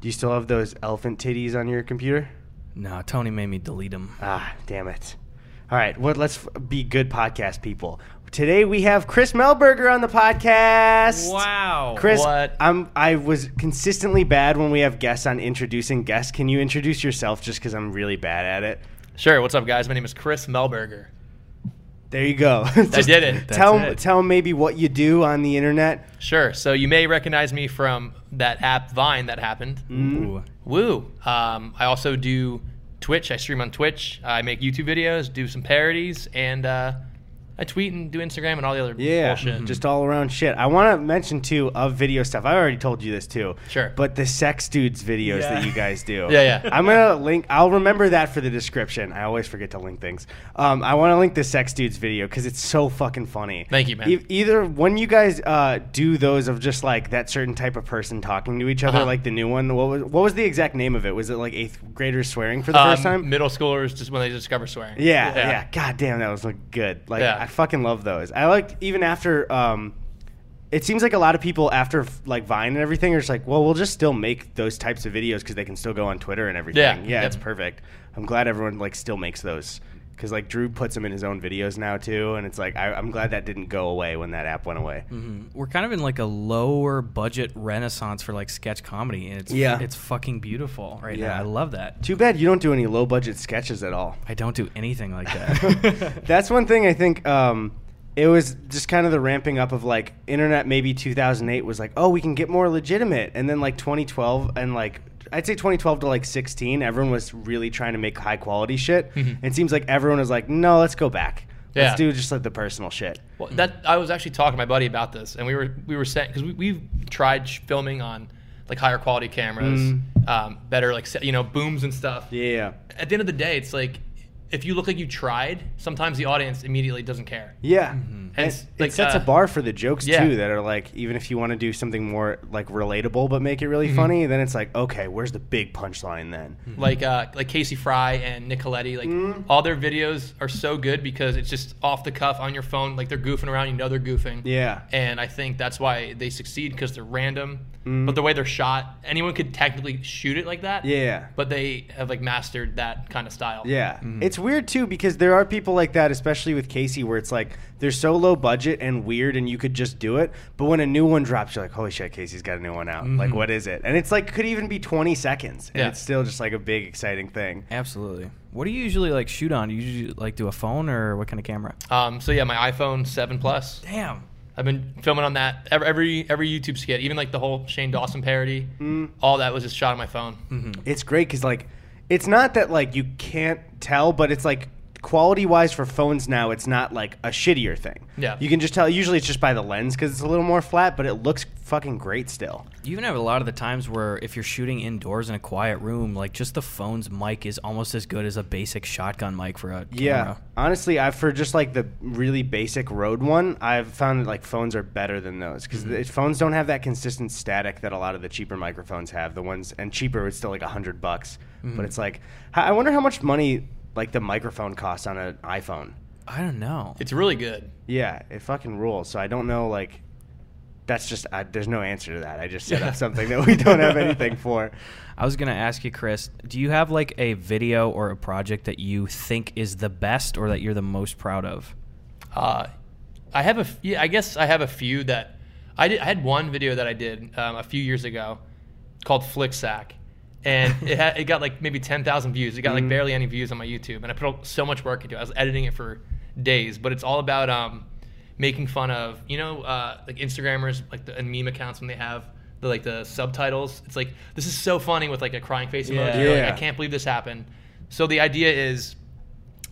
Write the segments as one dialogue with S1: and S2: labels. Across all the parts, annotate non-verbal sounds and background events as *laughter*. S1: Do you still have those elephant titties on your computer?
S2: No, Tony made me delete them.
S1: Ah, damn it. All right, well, let's f- be good podcast people. Today we have Chris Melberger on the podcast.
S2: Wow.
S1: Chris,
S3: What?
S1: I'm I was consistently bad when we have guests on introducing guests. Can you introduce yourself just cuz I'm really bad at it?
S3: Sure. What's up, guys? My name is Chris Melberger.
S1: There you go. *laughs*
S3: I did it.
S1: tell
S2: That's it.
S1: tell 'em maybe what you do on the internet.
S3: Sure. So you may recognize me from that app Vine that happened.
S1: Mm-hmm.
S2: Ooh.
S3: Woo. Um, I also do Twitch. I stream on Twitch. I make YouTube videos, do some parodies, and uh, I tweet and do Instagram and all the other
S1: Yeah, Mm-hmm.
S3: bullshit.
S1: just all around shit. I want to mention too of video stuff. I already told you this too.
S3: Sure.
S1: But the sex dudes videos
S2: Yeah.
S1: that you guys do.
S3: *laughs* Yeah, yeah.
S1: I'm gonna link. I'll remember that for the description. I always forget to link things. Um, I want to link the sex dudes video because it's so fucking funny.
S3: Thank you, man.
S1: E- either when you guys uh, do those of just like that certain type of person talking to each other,
S3: Uh-huh.
S1: like the new one. What was what was the exact name of it? Was it like eighth graders swearing for the
S3: Um,
S1: first time?
S3: middle schoolers just when they discover swearing.
S1: Yeah, yeah. God damn, that was like good. Like
S3: Yeah.
S1: I fucking love those. I like even after. um It seems like a lot of people after like Vine and everything are just like, well, we'll just still make those types of videos because they can still go on Twitter and everything.
S3: Yeah,
S1: yeah,
S3: yeah.
S1: it's perfect. I'm glad everyone like still makes those because like Drew puts them in his own videos now too, and it's like I, I'm glad that didn't go away when that app went away.
S2: Mm-hmm. We're kind of in like a lower budget renaissance for like sketch comedy, and it's
S1: Yeah.
S2: it's fucking beautiful right
S1: Yeah.
S2: now. I love that.
S1: Too bad you don't do any low budget sketches at all.
S2: I don't do anything like
S3: *laughs*
S2: that.
S1: That's one thing I think um, it was just kind of the ramping up of like internet. Maybe 2008 was like, oh, we can get more legitimate, and then like 2012 and like I'd say 2012 to like 16, everyone was really trying to make high quality shit. It seems like everyone was like, no, let's go back.
S3: Mm-hmm. Yeah.
S1: Let's do just like the personal shit.
S3: Well, that I was actually talking to my buddy about this, and we were we were saying because we, we've tried sh- filming on like higher quality cameras,
S1: Mm-hmm.
S3: um, better like se- you know booms and stuff.
S1: Yeah.
S3: At the end of the day, it's like if you look like you tried, sometimes the audience immediately doesn't care.
S1: Yeah. And
S3: Mm-hmm. It's like,
S1: it sets a
S3: uh,
S1: bar for the jokes
S3: yeah.
S1: too that are like even if you want to do something more like relatable but make it
S3: Mm-hmm.
S1: really funny, then it's like, okay, where's the big punchline then?
S3: Like uh, like Casey Fry and Nicoletti, like
S1: Mm.
S3: all their videos are so good because it's just off the cuff on your phone. Like they're goofing around, you know they're goofing.
S1: Yeah.
S3: and I think that's why they succeed because they're random. But the way they're shot, anyone could technically shoot it like that.
S1: Mm. Yeah.
S3: But they have like mastered that kind of style.
S1: Yeah.
S3: Mm-hmm.
S1: It's weird too because there are people like that, especially with Casey, where it's like they're so low budget and weird and you could just do it. But when a new one drops, you're like, holy shit, Casey's got a new one out. Like, what is it? And it's like, could even be 20 seconds. And
S3: Mm-hmm. Yeah.
S1: it's still just like a big, exciting thing.
S2: Absolutely. What do you usually like shoot on? Do you usually like do a phone or what kind of camera?
S3: Um. So yeah, my iPhone Seven Plus.
S2: Damn.
S3: I've been filming on that every every, every YouTube skit, even like the whole Shane Dawson parody. All that was just shot on my phone.
S1: It's great because, like, it's not that, like, you can't tell, but it's like, Quality wise for phones now, it's not like a shittier thing.
S3: Yeah.
S1: You can just tell, usually it's just by the lens because it's a little more flat, but it looks fucking great still.
S2: You even have a lot of the times where if you're shooting indoors in a quiet room, like just the phone's mic is almost as good as a basic shotgun mic for a
S1: Yeah.
S2: camera.
S1: Honestly, I for just like the really basic road one, I've found that like phones are better than those because phones don't have that consistent static that a lot of the cheaper microphones have. The ones and cheaper, it's still like a hundred bucks, but it's like h- I wonder how much money like the microphone costs on an iPhone.
S2: I don't know.
S3: It's really good.
S1: Yeah, it fucking rules. So I don't know like. That's just I, there's no answer to that. I just set
S3: Yeah.
S1: up something that we don't have anything for.
S2: I was gonna ask you, Chris, do you have like a video or a project that you think is the best or that you're the most proud of?
S3: Uh, I have a f- yeah, I guess I have a few that I did. I had one video that I did um, a few years ago called Flick Sack, and it had it got like maybe ten thousand views. It got like barely any views on my YouTube, and I put so much work into it. I was editing it for days, but it's all about um, making fun of you know uh, like Instagrammers like the, and meme accounts when they have. The, like the subtitles, it's like this is so funny with like a crying face emoji.
S2: Yeah.
S3: You're like,
S1: Yeah.
S3: I can't believe this happened. So the idea is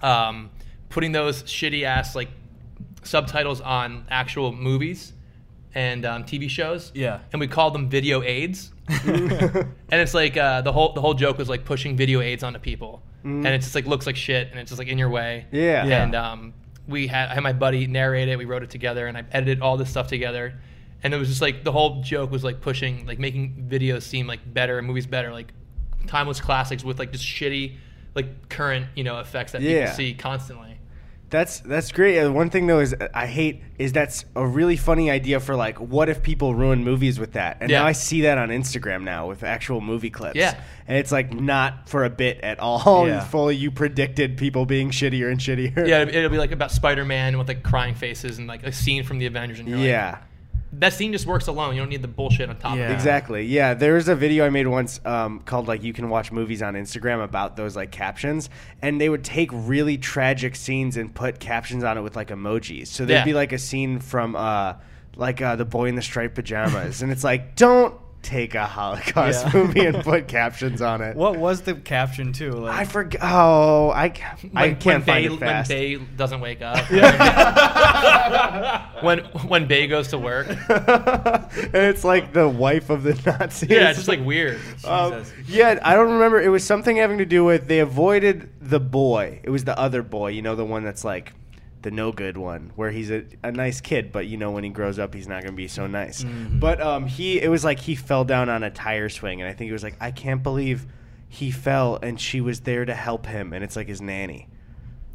S3: um, putting those shitty ass like subtitles on actual movies and um, TV shows.
S2: Yeah.
S3: and we called them video aids. and it's like uh, the whole the whole joke was like pushing video aids onto people, and it just like looks like shit, and it's just like in your way.
S1: Mm. Yeah. Yeah.
S3: and um, we had I had my buddy narrate it. We wrote it together, and I edited all this stuff together. And it was just like the whole joke was like pushing, like making videos seem like better and movies better, like timeless classics with like just shitty, like current you know effects that
S1: Yeah.
S3: people see constantly.
S1: That's that's great. Uh, One thing though is uh, I hate is that's a really funny idea for like what if people ruin movies with that? And
S3: Yeah.
S1: now I see that on Instagram now with actual movie clips.
S3: Yeah.
S1: and it's like not for a bit at all. *laughs*
S2: Yeah.
S1: Fully, you predicted people being shittier and shittier.
S3: Yeah, it'll be like about Spider-Man with like crying faces and like a scene from the Avengers. And you're like,
S1: *laughs* yeah.
S3: that scene just works alone. You don't need the bullshit on top
S2: Yeah.
S3: of it.
S1: Exactly. Yeah, there's a video I made once um, called like you can watch movies on Instagram about those like captions, and they would take really tragic scenes and put captions on it with like emojis. So there'd
S3: Yeah.
S1: be like a scene from uh, like uh, the boy in the striped pajamas, and it's like don't take a Holocaust
S2: Yeah.
S1: movie
S3: *laughs*
S1: and put captions on it.
S2: *laughs* What was the caption too?
S1: I
S2: Like,
S1: forgot. Oh, I ca- I
S3: When-
S1: can't
S3: when
S1: find
S3: Bay,
S1: it fast.
S3: When Bay doesn't wake up. *laughs* when when Bay goes to
S1: *laughs*
S3: work.
S1: and it's like the wife of the *laughs* Nazis.
S3: Yeah, it's just like weird.
S1: Um,
S2: Jesus.
S1: yeah, I don't remember. It was something having to do with they avoided the boy. It was the other boy, you know, the one that's like the no good one, where he's a, a nice kid, but you know when he grows up, he's not going to be so nice. But um, he, it was like he fell down on a tire swing, and I think it was like I can't believe he fell, and she was there to help him, and it's like his nanny.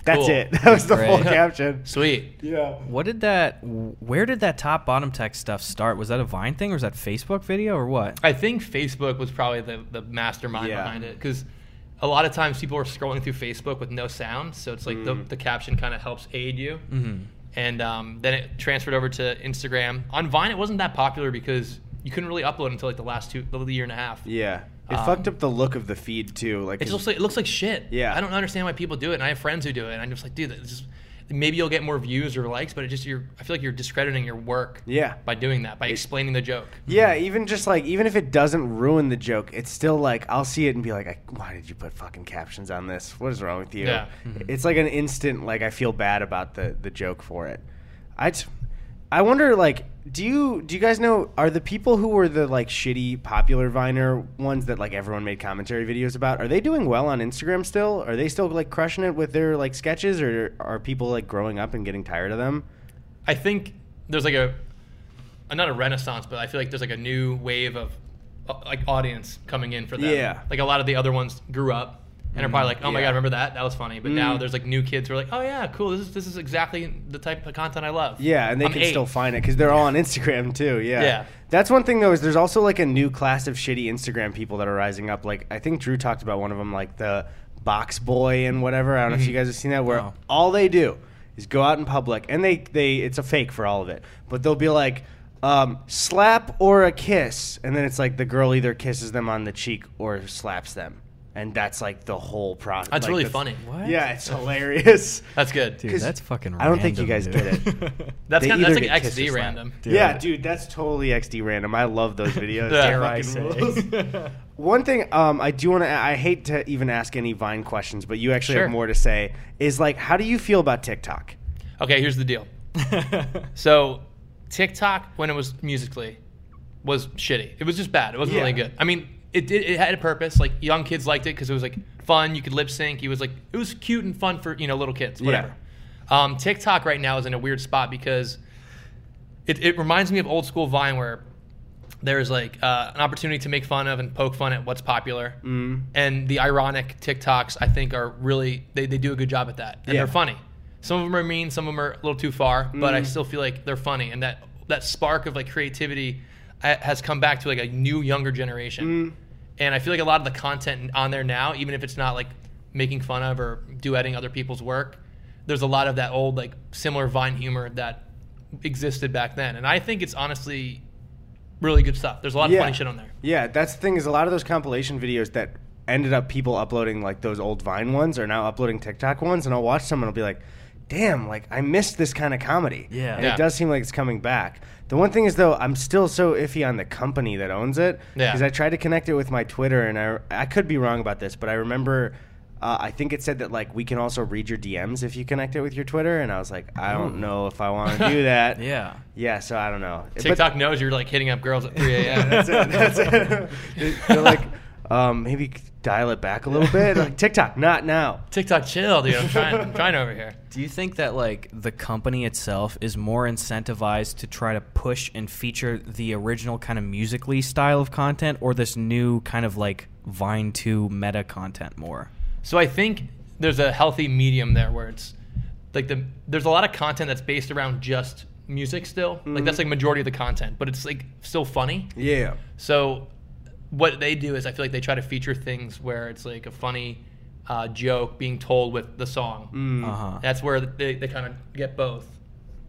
S1: That's
S3: Cool.
S1: it. *laughs* That was the full
S2: Great.
S3: *laughs*
S1: caption.
S3: Sweet.
S1: Yeah.
S2: what did that? Where did that top bottom tech stuff start? Was that a Vine thing, or was that Facebook video, or what?
S3: I think Facebook was probably the, the mastermind
S1: Yeah.
S3: behind it because a lot of times people are scrolling through Facebook with no sound, so it's like the, the caption kind of helps aid you.
S1: Hmm.
S2: Mm-hmm.
S3: And um, then it transferred over to Instagram. On Vine, it wasn't that popular because you couldn't really upload until like the last two, the year and a half.
S1: Yeah. It
S3: Um,
S1: fucked up the look of the feed too. Like
S3: It just looks like it looks like shit.
S1: Yeah.
S3: I don't understand why people do it, and I have friends who do it, and I'm just like, dude, it's just maybe you'll get more views or likes, but it just you're I feel like you're discrediting your work
S1: yeah.
S3: by doing that by explaining the joke.
S1: Yeah, even just like even if it doesn't ruin the joke, it's still like I'll see it and be like, I, "Why did you put fucking captions on this? What is wrong with you?"
S3: Yeah.
S1: It's like an instant like I feel bad about the the joke for it. I t- I wonder like do you do you guys know are the people who were the like shitty popular Viner ones that like everyone made commentary videos about are they doing well on Instagram still? Are they still like crushing it with their like sketches or are people like growing up and getting tired of them?
S3: I think there's like a uh, not a renaissance, but I feel like there's like a new wave of uh, like audience coming in for them.
S1: Yeah. Mm,
S3: Like a lot of the other ones grew up and are probably like, oh my
S1: yeah.
S3: god, remember that? That was funny. But now
S1: Mm.
S3: there's like new kids who are like, oh yeah, cool. This is this is exactly the type of content I love.
S1: Yeah, and they
S3: I'm
S1: can
S3: eight.
S1: still find it because they're all on Instagram too. Yeah.
S3: Yeah.
S1: That's one thing though is there's also like a new class of shitty Instagram people that are rising up. Like I think Drew talked about one of them, like the box boy and whatever. I don't
S3: Mm-hmm.
S1: know if you guys have seen that, where
S2: No.
S1: all they do is go out in public and they they it's a fake for all of it, but they'll be like. Um, slap or a kiss, and then it's like the girl either kisses them on the cheek or slaps them, and that's like the whole process.
S3: That's really funny.
S2: What?
S1: Yeah, it's hilarious. *laughs*
S3: That's good.
S2: Dude,
S1: 'Cause
S2: that's fucking.
S1: I don't think you
S2: random,
S1: guys
S2: dude.
S3: That's
S1: They
S3: kind of,
S1: either
S3: that's
S1: get
S3: like
S1: kissed or
S3: XD
S1: slapped.
S3: random.
S2: Dude.
S1: Yeah, dude, that's totally XD random. I love those videos.
S3: Yeah.
S1: They're
S3: Dare
S2: I
S1: fucking
S2: say.
S1: rules.
S2: *laughs*
S1: *laughs* One thing um, I do want to, I hate to even ask any Vine questions, but you actually
S3: Sure.
S1: have more to say. Is like, how do you feel about TikTok?
S3: Okay, here's the deal. So TikTok, when it was musically, was shitty. It was just bad. It wasn't
S1: Yeah.
S3: really good. I mean, it did. It had a purpose. Like young kids liked it because it was like fun. You could lip sync. It was like it was cute and fun for you know little kids. Whatever. Um, TikTok right now is in a weird spot because it, it reminds me of old school Vine where there's like uh, an opportunity to make fun of and poke fun at what's popular. Mm. And the ironic TikToks, I think, are really, they, they do a good job at that. And
S1: Yeah.
S3: they're funny. Some of them are mean, some of them are a little too far, but I still feel like they're funny. And that, that spark of like creativity uh, has come back to like a new, younger generation. And I feel like a lot of the content on there now, even if it's not like making fun of or duetting other people's work, there's a lot of that old, like similar Vine humor that existed back then. And I think it's honestly really good stuff. There's a lot of
S1: Yeah.
S3: funny shit on there.
S1: Yeah, that's the thing is a lot of those compilation videos that ended up people uploading like those old Vine ones are now uploading TikTok ones, and I'll watch some and I'll be like, damn, like I missed this kind of comedy.
S2: Yeah.
S1: and
S3: Yeah.
S1: it does seem like it's coming back. The one thing is though, I'm still so iffy on the company that owns it
S3: Yeah.
S1: because I tried to connect it with my Twitter, and I I could be wrong about this, but I remember. Uh, I think it said that like we can also read your DMs if you connect it with your Twitter, and I was like, I don't know if I want
S2: *laughs*
S1: to do that.
S2: Hmm. yeah.
S1: yeah, so I don't know. But-
S3: TikTok knows you're like hitting up girls at 3
S1: *laughs*
S3: a.m.
S1: that's it. That's it. *laughs*
S3: *laughs*
S1: They- They're like, um, maybe dial it back a little bit. Like TikTok, not now.
S3: TikTok, chill, dude. I'm trying. I'm trying over here.
S2: Do you think that like the company itself is more incentivized to try to push and feature the original kind of musically style of content or this new kind of like Vine 2 meta content more?
S3: So I think there's a healthy medium there where it's like the there's a lot of content that's based around just music still. Like
S1: Mm-hmm.
S3: that's like majority of the content, but it's like still funny.
S1: Yeah.
S3: So what they do is I feel like they try to feature things where it's like a funny uh, joke being told with the song.
S1: Mm.
S2: Uh huh.
S3: That's where they, they kind of get both.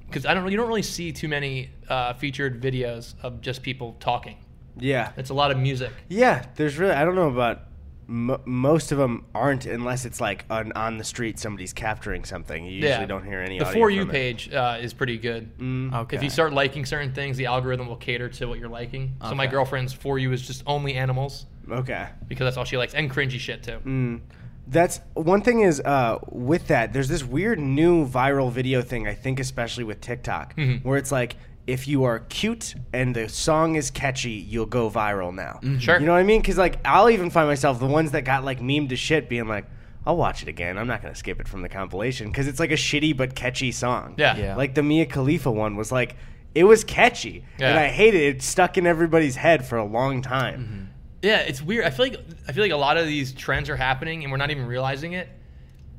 S3: Because I don't you don't really see too many uh, featured videos of just people talking.
S1: Yeah.
S3: It's a lot of music.
S1: Yeah, there's really I don't know about m- most of them aren't unless it's like on on the street somebody's capturing something. You usually don't hear any.
S3: The
S1: audio
S3: for you
S1: from it. Mm.
S3: page uh, is pretty good.
S2: Okay.
S3: Mm. If you start liking certain things, the algorithm will cater to what you're liking. So my
S2: Okay.
S3: girlfriend's for you is just only animals
S1: Okay.
S3: because that's all she likes and cringy shit too.
S1: Mm. That's one thing is uh, with that. There's this weird new viral video thing. I think especially with TikTok,
S3: Mm-hmm.
S1: where it's like if you are cute and the song is catchy, you'll go viral now.
S3: Sure.
S1: You know what I mean? Because like I'll even find myself the ones that got like memed to shit, being like, I'll watch it again. I'm not gonna skip it from the compilation because it's like a shitty but catchy song.
S3: Yeah.
S2: Yeah.
S1: Like the Mia Khalifa one was like, it was catchy, and
S3: Yeah.
S1: I hated it. It stuck in everybody's head for a long time.
S3: Yeah, it's weird. I feel like I feel like a lot of these trends are happening, and we're not even realizing it.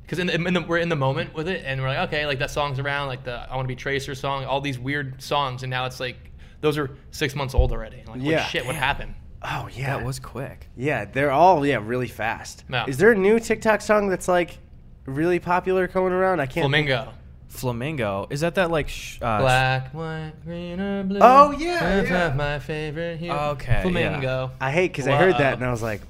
S3: Because in the, in the, we're in the moment with it, and we're like, okay, like that song's around, like the "I Want to Be Tracer" song, all these weird songs, and now it's like those are six months old already. I'm like, what
S1: Yeah.
S3: shit, what happened?
S1: Oh yeah,
S2: Mm-hmm. that was quick.
S1: Yeah, they're all yeah really fast.
S3: Yeah.
S1: Is there a new TikTok song that's like really popular going around? I can't.
S3: Flamingo,
S2: Flamingo. Is that that like? Sh- uh,
S3: black, white, green or blue.
S1: Oh, yeah,
S3: That's
S1: yeah.
S3: not my favorite hue.
S2: Okay,
S3: flamingo.
S1: I hate because I heard that
S3: Wow.
S1: and I was like,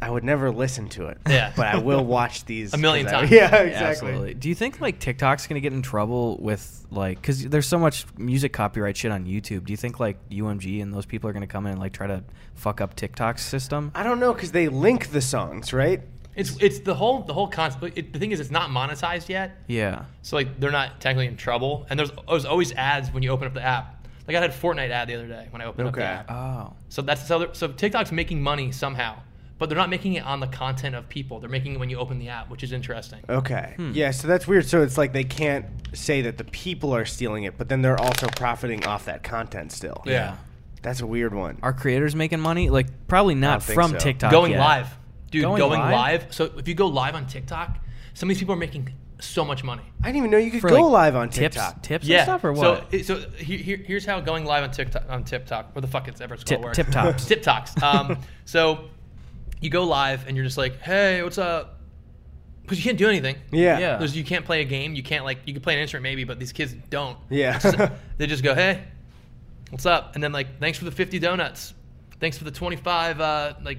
S1: I would never listen to it.
S3: Yeah.
S1: But I will watch these
S3: *laughs* A million
S1: 'cause I- *laughs*
S3: times.
S1: Yeah,
S2: Yeah,
S1: exactly.
S2: Absolutely. Do you think like TikTok's gonna get in trouble with like because there's so much music copyright shit on YouTube? Do you think like UMG and those people are gonna come in and like try to fuck up TikTok's system?
S1: I don't know because they link the songs, right?
S3: It's it's the whole the whole concept. It, the thing is, it's not monetized yet.
S2: Yeah.
S3: So like they're not technically in trouble, and there's there's always ads when you open up the app. Like I had a Fortnite ad the other day when I opened up the
S1: Okay.
S3: app.
S2: Oh.
S3: So that's so, so TikTok's making money somehow, but they're not making it on the content of people. They're making it when you open the app, which is interesting.
S2: Oh,
S1: Okay.
S2: Hmm.
S1: Yeah. So that's weird. So it's like they can't say that the people are stealing it, but then they're also profiting off that content still.
S3: Yeah,
S1: That's a weird one.
S2: Are creators making money? Like probably not
S1: think
S2: from
S1: so.
S2: TikTok.
S3: going
S2: yet.
S3: live, dude.
S2: Going
S3: Going,
S2: live?
S3: live? So if you go live on TikTok, some of these people are making so much money.
S1: I didn't even know you could
S2: For,
S1: go
S2: like,
S1: live on
S2: Tips,
S1: TikTok.
S2: tips
S3: yeah.
S2: and stuff, or what?
S3: So, it- so he- here, here's how going live on TikTok on TikTok, where the fuck it's ever it's
S2: *laughs* Tip-
S3: called.
S2: tip tops.
S3: tip tops. Um, *laughs* so you go live and you're just like, hey, what's up? Because you can't do anything.
S1: Yeah.
S2: Yeah.
S3: There's- you can't play a game. You can't like you can play an instrument maybe, but these kids don't.
S1: Yeah.
S3: It's
S1: *laughs*
S3: just- they just go, hey, what's up? And then like, thanks for the 50 donuts. Thanks for the 25 uh, like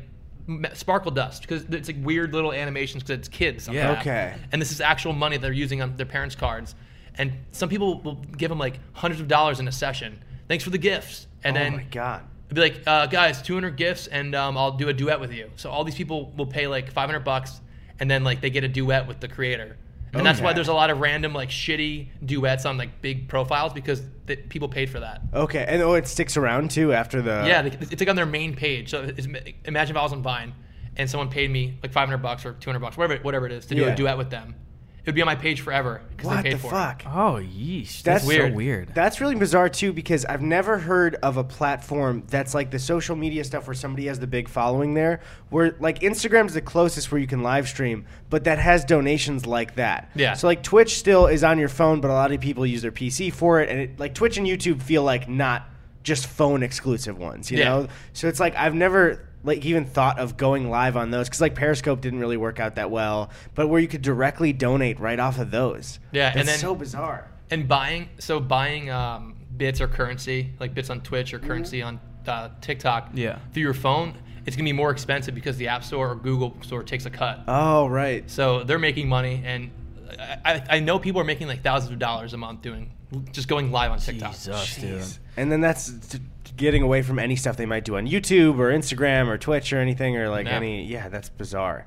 S3: m- sparkle dust because it's like weird little animations because it's kids. on the
S2: Yeah.
S3: app.
S1: Okay.
S3: And this is actual money they're using on their parents' cards. And some people will give them like hundreds of dollars in a session. Thanks for the gifts. And
S1: oh
S3: then
S1: my god.
S3: I'd be like, uh, guys, 200 gifts, and um, I'll do a duet with you. So all these people will pay like 500 bucks, and then like they get a duet with the creator. And that's why
S1: Okay.
S3: there's a lot of random like shitty duets on like big profiles because th- people paid for that.
S1: Okay. And oh, it sticks around too after the.
S3: yeah, they, it's like on their main page. So it's, imagine if I was on Vine and someone paid me like 500 bucks or 200 bucks, whatever, it- whatever it is, to do
S1: Yeah.
S3: a duet with them. It would be on my page forever because
S1: What
S3: they paid
S1: the
S3: for
S1: fuck?
S2: oh yeesh, that's,
S1: That's
S2: so
S3: weird.
S2: weird.
S1: That's really bizarre too, because I've never heard of a platform that's like the social media stuff where somebody has the big following there. Where like Instagram's the closest where you can live stream, but that has donations like that.
S3: Yeah.
S1: So like Twitch still is on your phone, but a lot of people use their PC for it, and it, like Twitch and YouTube feel like not just phone exclusive ones, you
S3: Yeah.
S1: know. So it's like I've never like even thought of going live on those because like Periscope didn't really work out that well, but where you could directly donate right off of those.
S3: Yeah,
S1: That's
S3: and then-
S1: so bizarre.
S3: it. And buying, so buying um, bits or currency, like bits on Twitch or currency on uh, TikTok
S2: Yeah.
S3: through your phone, it's going to be more expensive because the App Store or Google Store takes a cut.
S1: Oh right.
S3: So they're making money, and I, I- I know people are making like thousands of dollars a month doing just going live on TikTok.
S2: Jesus, dude.
S1: And then that's t- getting away from any stuff they might do on YouTube or Instagram or Twitch or anything or like
S3: Yeah.
S1: any. Yeah, that's bizarre.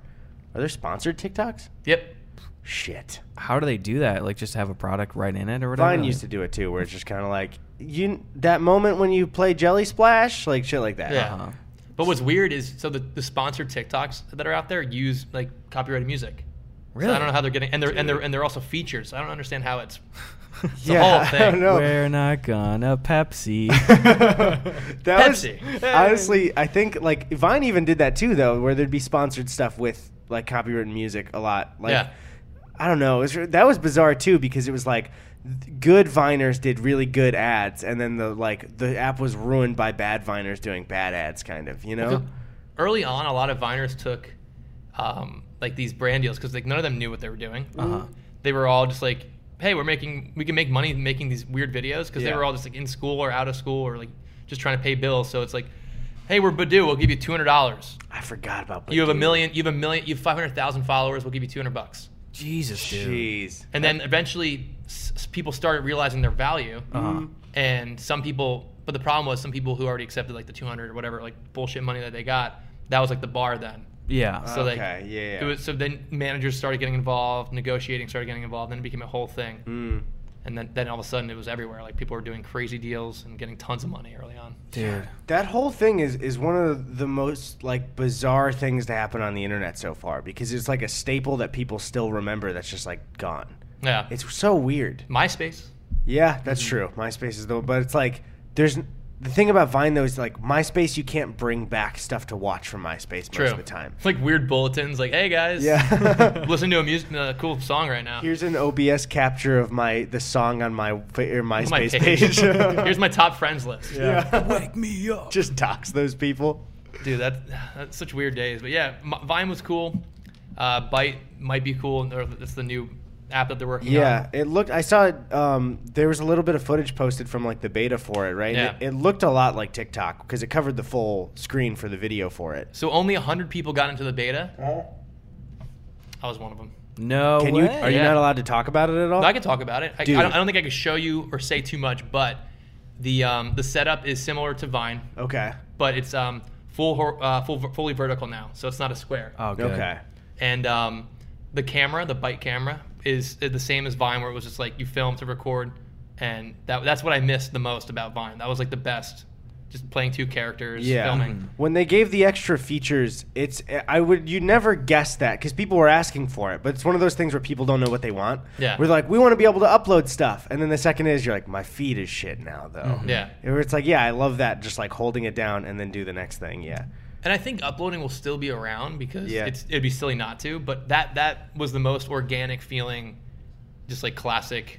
S1: Are there sponsored TikToks?
S3: Yep.
S1: Shit.
S2: How do they do that? Like just have a product right in it or whatever.
S1: Vine
S2: Like-
S1: used to do it too, where it's just kind of like you that moment when you play Jelly Splash, like shit like that.
S3: Yeah.
S2: Uh-huh.
S3: But what's weird is so the, the sponsored TikToks that are out there use like copyrighted music.
S2: Really?
S3: So I don't
S2: *laughs*
S3: know how they're getting, and they're and they're and they're also featured. So I don't understand how it's. It's
S1: Yeah,
S3: a whole
S1: *laughs*
S3: thing.
S1: I don't know.
S2: We're not
S1: *laughs*
S2: gonna Pepsi. Uh-huh.
S1: that was-
S3: Pepsi.
S1: honestly, I think like Vine even did that too, though, where there'd be sponsored stuff with like copyrighted music a lot. Like,
S3: Yeah.
S1: I don't know. It was, that was bizarre too because it was like good viners did really good ads, and then the like the app was ruined by bad viners doing bad ads, kind of. You know.
S3: Early on, a lot of viners took um, like these brand deals because like none of them knew what they were doing.
S2: Uh-huh.
S3: They were all just like, "Hey, we're making we can make money making these weird videos" because
S1: Yeah.
S3: they were all just like in school or out of school or like just trying to pay bills. So it's like, "Hey, we're Badoo. We'll give you two hundred dollars.
S1: I forgot about.
S3: You have a
S1: Badoo.
S3: million. You have a million. You have five hundred thousand followers. We'll give you two hundred bucks."
S2: Jesus, dude.
S1: Jeez.
S3: And then eventually, s- s- people started realizing their value,
S2: Uh-huh.
S3: and some people. But the problem was some people who already accepted like the two hundred or whatever like bullshit money that they got. That was like the bar then.
S2: Yeah.
S3: So like,
S1: Okay, yeah, yeah.
S3: It was, so then managers started getting involved, negotiating started getting involved, then it became a whole thing.
S1: Mm.
S3: And then, then all of a sudden it was everywhere. Like people were doing crazy deals and getting tons of money early on. *laughs*
S2: dude.
S1: That whole thing is, is one of the most like bizarre things to happen on the internet so far because it's like a staple that people still remember that's just like gone.
S3: Yeah.
S1: It's so weird.
S3: MySpace.
S1: Yeah, that's
S3: Mm-hmm.
S1: true. MySpace is the but it's like there's the thing about Vine though is like MySpace you can't bring back stuff to watch from MySpace
S3: True.
S1: most of the time.
S3: It's like weird bulletins like, hey guys,
S1: *laughs* Yeah.
S3: *laughs* listen to a music, uh, cool song right now.
S1: *laughs* Here's an OBS capture of my the song on my fa- or
S3: Here's
S1: MySpace
S3: my page.
S1: page. *laughs*
S3: *laughs* Here's my top friends list.
S1: yeah.
S3: *laughs*
S2: Wake me up.
S1: Just dox those people.
S3: Dude, that, that's such weird days. But yeah, M- Vine was cool. Uh, Bite might be cool. Or that's the new app that they're working on.
S1: Yeah, it looked. I saw it. Um, there was a little bit of footage posted from like the beta for it, right?
S3: Yeah.
S1: It, it looked a lot like TikTok because it covered the full screen for the video for it.
S3: So only 100 people got into the beta.
S1: Uh-huh.
S3: I was one of them.
S2: No
S1: Can
S2: way.
S1: you? Are you
S3: Yeah.
S1: not allowed to talk about it at all?
S3: I could talk about it. I, I,
S1: Dude.
S3: don't, I don't think I could show you or say too much, but the um, the setup is similar to Vine,
S1: okay.
S3: but it's um, full hor- uh, full fully vertical now, so it's not a square.
S2: oh, good.
S1: Okay.
S3: And um, the camera, the bite camera, is is the same as Vine, where it was just like you film to record, and that that's what I missed the most about Vine. That was like the best, just playing two characters,
S1: Yeah. Mm-hmm.
S3: filming.
S1: When they gave the extra features, it's I would you never guess that because people were asking for it, but it's one of those things where people don't know what they want.
S3: Yeah.
S1: We're like, we want to be able to upload stuff, and then the second is you're like, my feed is shit now though.
S3: Mm-hmm. Yeah.
S1: Where It's like, yeah, I love that. Just like holding it down and then do the next thing. Yeah.
S3: And I think uploading will still be around because
S1: Yeah.
S3: it's, it'd be silly not to. But that that was the most organic feeling, just like classic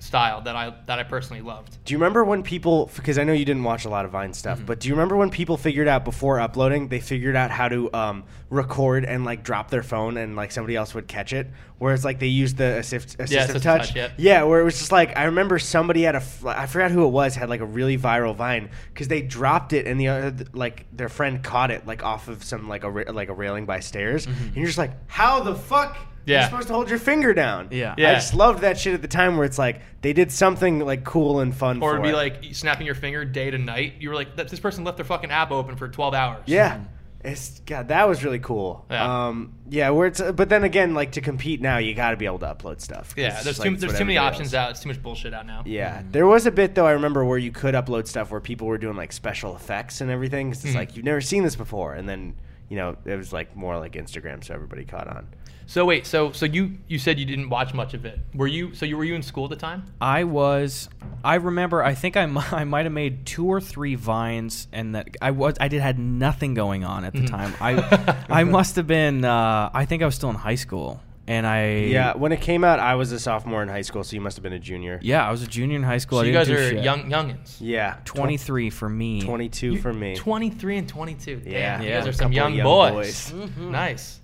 S3: style that I that I personally loved.
S1: Do you remember when people? Because I know you didn't watch a lot of Vine
S3: Mm-hmm.
S1: stuff, but do you remember when people figured out before uploading, they figured out how to um, record and like drop their phone, and like somebody else would catch it? Whereas like they used the assist, assistive
S3: Yeah, assistive
S1: touch,
S3: touch, yep.
S1: yeah, where it was just like I remember somebody had a, f- I forgot who it was, had like a really viral Vine because they dropped it and the other like their friend caught it like off of some like a ra- like a railing by stairs, and you're just like, how the fuck? You're
S3: Mm-hmm. Yeah.
S1: supposed to hold your finger down.
S2: Yeah.
S1: I
S3: Yeah.
S1: just loved that shit at the time where it's like they did something like cool and fun.
S3: Or
S1: for
S3: it'd be
S1: it.
S3: like snapping your finger day to night. You were like, "That- this person left their fucking app open for 12 hours.
S1: Yeah. It's God, that was really cool.
S3: hmm. Yeah.
S1: Um, yeah, where it's but then again, like to compete now, you got to be able to upload stuff. 'cause
S3: Yeah.
S1: it's
S3: There's
S1: just,
S3: too
S1: like,
S3: there's
S1: what
S3: too many
S1: everybody
S3: options
S1: else-
S3: out. It's too much bullshit out now.
S1: Yeah,
S2: Mm-hmm.
S1: there was a bit though I remember where you could upload stuff where people were doing like special effects and everything. 'cause it's
S3: Hmm.
S1: like you've never seen this before, and then you know it was like more like Instagram, so everybody caught on.
S3: So wait, so so you you said you didn't watch much of it. Were you so you were you in school at the time?
S2: I was. I remember. I think I, mi- *laughs* I might have made two or three vines, and that I was. I did had nothing going on at the
S3: Mm-hmm.
S2: time. I
S3: *laughs*
S2: I must have been. Uh, I think I was still in high school, and I
S1: Yeah, when it came out, I was a sophomore in high school, so you must have been a junior.
S2: yeah. I was a junior in high school.
S3: So
S2: I
S3: you
S2: didn't
S3: guys
S2: do
S3: are
S2: shit.
S3: young youngins.
S1: Yeah, tw-
S2: Twenty three for me.
S1: 22 for me.
S3: 23 and 22. Damn,
S1: Yeah.
S3: you
S2: Yeah.
S3: guys are
S1: Couple
S3: some young,
S1: young
S3: boys.
S1: boys.
S3: Nice.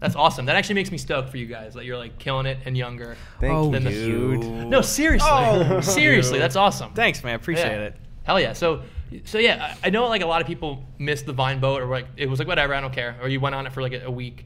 S3: That's awesome. That actually makes me stoked for you guys. That you're like killing it and younger.
S1: Thank
S2: oh,
S1: you.
S2: dude.
S3: No, seriously.
S2: Oh,
S3: *laughs* seriously, that's awesome.
S2: Thanks, man. Appreciate
S3: Yeah.
S2: it.
S3: Hell yeah. So, so yeah, I I know like a lot of people missed the Vine boat, or like it was like whatever, I don't care. Or you went on it for like a, a week,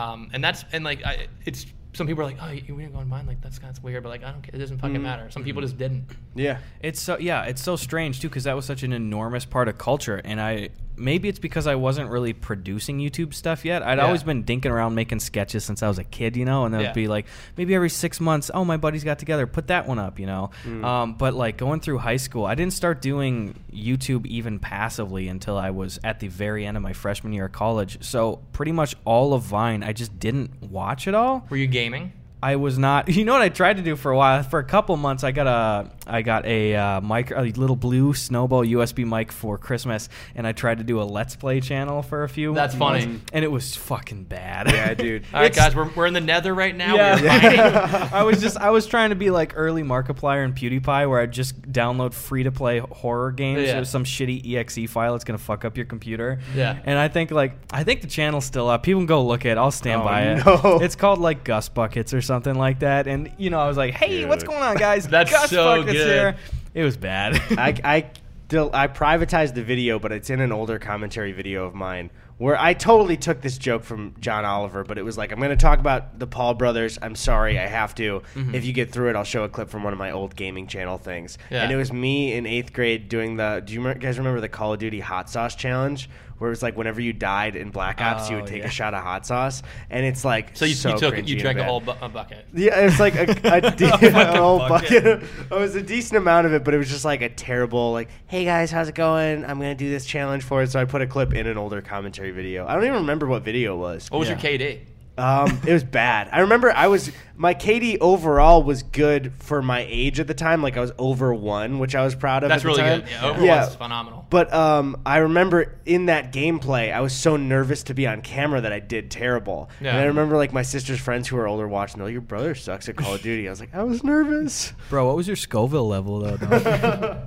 S3: um, and that's and like I, it's some people are like, oh, you, we didn't go on Vine, like that's kind of weird, but like I don't care, it doesn't
S1: Mm.
S3: fucking matter. Some people just didn't.
S1: Yeah.
S2: It's so yeah, it's so strange too because that was such an enormous part of culture, and I maybe it's because I wasn't really producing YouTube stuff yet. I'd
S3: Yeah.
S2: always been dinking around making sketches since I was a kid, you know, and it'd
S3: Yeah.
S2: be like maybe every six months, oh my buddies got together, put that one up, you know.
S3: Mm.
S2: Um, but like going through high school, I didn't start doing YouTube even passively until I was at the very end of my freshman year of college. So pretty much all of Vine, I just didn't watch at all.
S3: Were you gaming?
S2: *laughs* I was not. You know what I tried to do for a while? For a couple months, I got a I got a uh, mic, a little blue snowball USB mic for Christmas, and I tried to do a Let's Play channel for a few.
S3: That's funny.
S2: months, and it was fucking bad.
S1: Yeah,
S2: *laughs*
S1: dude.
S3: *laughs* All right,
S2: It's-
S3: guys, we're, we're in the nether right now.
S2: Yeah. *laughs*
S3: We're mining.
S2: I was just I was trying to be like early Markiplier and PewDiePie, where I just download free to play horror games
S3: Yeah.
S2: or some shitty exe file that's gonna fuck up your computer.
S3: Yeah.
S2: And I think like I think the channel's still up. People can go look at. it. I'll stand
S1: Oh,
S2: by
S1: no. *laughs*
S2: it. It's called like Gus Buckets or something like that. And you know I was like, hey, what's
S1: Dude.
S2: going on, guys?
S3: *laughs* That's
S2: Gus
S3: so
S2: Buckets
S3: good.
S2: here. It was bad.
S1: *laughs* I, I, del- I privatized the video, but it's in an older commentary video of mine where I totally took this joke from John Oliver, but it was like, I'm going to talk about the Paul brothers. I'm sorry, I have to.
S3: Mm-hmm.
S1: If you get through it, I'll show a clip from one of my old gaming channel things.
S3: Yeah.
S1: And it was me in eighth grade doing the. Do you remember, guys remember the Call of Duty hot sauce challenge? Where it was like whenever you died in Black Ops, you
S2: Oh,
S1: would take
S2: yeah.
S1: a shot of hot sauce, and it's like
S3: So you, you took it.
S1: cringy
S3: You
S1: and
S3: drank a
S1: bad.
S3: whole bu- a bucket.
S1: Yeah, it's like
S3: *laughs*
S1: a, a, de-
S3: Fucking
S1: *laughs* a whole
S3: bucket.
S1: bucket. of- It was a decent amount of it, but it was just like a terrible, like, hey guys, how's it going? I'm going to do this challenge for it. So I put a clip in an older commentary video. I don't even remember what video it was.
S3: What was
S2: Yeah.
S3: your KD?
S1: Um, it was bad. I remember I was, my KD overall was good for my age at the time. Like I was over one, which I was proud of.
S3: That's
S1: at the
S3: really
S1: time.
S3: good. Yeah, Overwatch is phenomenal.
S1: But um, I remember in that gameplay, I was so nervous to be on camera that I did terrible. And
S3: Yeah.
S1: I remember like my sister's friends who were older watching, they're like, "Your brother sucks at Call of Duty." I was like, "I was nervous."
S2: Bro, what was your Scoville level
S1: *laughs*
S2: though? dog?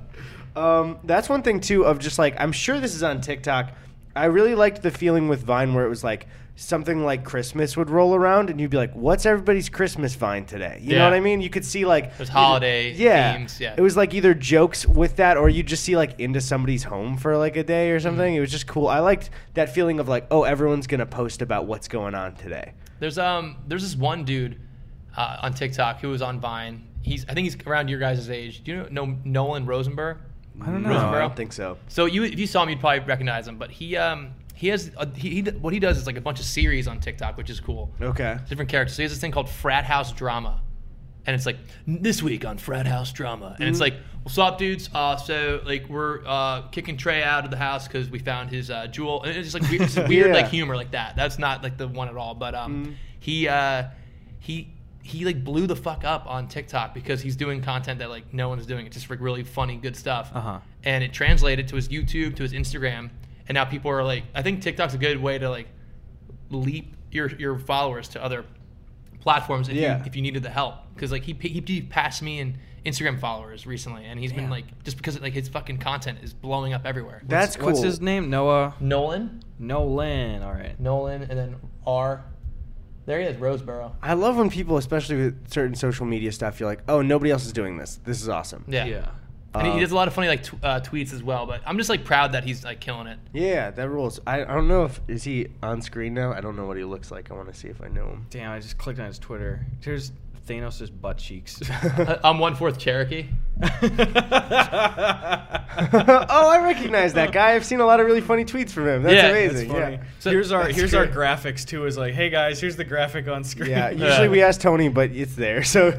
S1: Um, that's one thing too of just like I'm sure this is on TikTok. I really liked the feeling with Vine where it was like something like Christmas would roll around and you'd be like, "What's everybody's Christmas Vine today?" You
S3: Yeah.
S1: know what I mean? You could see like
S3: There's holiday
S1: yeah,
S3: themes, yeah.
S1: It was like either jokes with that or you just see like into somebody's home for like a day or
S3: Mm-hmm.
S1: something. It was just cool. I liked that feeling of like, oh, everyone's gonna post about what's going on today.
S3: There's um there's this one dude uh, on TikTok who was on Vine. He's I think he's around your guys' age. Do you know, know Nolan Rosenberg?
S2: I don't
S1: No,
S2: know.
S1: I
S3: Rosenberg?
S1: don't think so.
S3: So you if you saw him, you'd probably recognize him. But he um he has a, he, he what he does is like a bunch of series on TikTok, which is cool.
S1: Okay.
S3: different characters. So he has this thing called frat house drama, and it's like this week on frat house drama, and it's like, what's up, dudes? Uh, so like we're uh, kicking Trey out of the house because we found his uh, jewel, and it's just like weird, it's weird
S1: Yeah.
S3: like humor like that. That's not like the one at all. But um, he uh, he. He like blew the fuck up on TikTok because he's doing content that like no one's doing. It's just like really funny, good stuff.
S2: Uh-huh.
S3: And it translated to his YouTube, to his Instagram, and now people are like, I think TikTok's a good way to like leap your your followers to other platforms if you
S1: Yeah.
S3: if you needed the help because like he pa- he- he passed me in Instagram followers recently and he's been like just because like his fucking content is blowing up everywhere.
S1: That's cool.
S2: What's his name? Noah
S3: Nolan,
S2: Nolan. All right.
S3: Nolan, and then R. There he is, Roseboro.
S1: I love when people, especially with certain social media stuff, you're like, oh, nobody else is doing this. This is awesome.
S3: Yeah,
S2: yeah.
S3: And he- he
S1: Um,
S3: does a lot of funny like tw- uh, tweets as well. But I'm just like proud that he's like killing it.
S1: Yeah, that rules. I, I don't know if is he on screen now. I don't know what he looks like. I want to see if I know him.
S2: Damn, I just clicked on his Twitter. Here's Thanos'
S1: *laughs*
S2: butt *laughs* cheeks.
S3: Uh, I'm one fourth *laughs* Cherokee.
S1: *laughs* oh, I recognize that guy. I've seen a lot of really funny tweets from him. That's
S3: Yeah, that's
S1: amazing. yeah.
S3: So-
S2: here's our
S3: That's
S2: here's our
S3: great.
S2: graphics too. Is like, hey guys, here's the graphic on screen. *laughs*
S3: *laughs*
S1: Yeah, usually we ask Tony, but it's there. So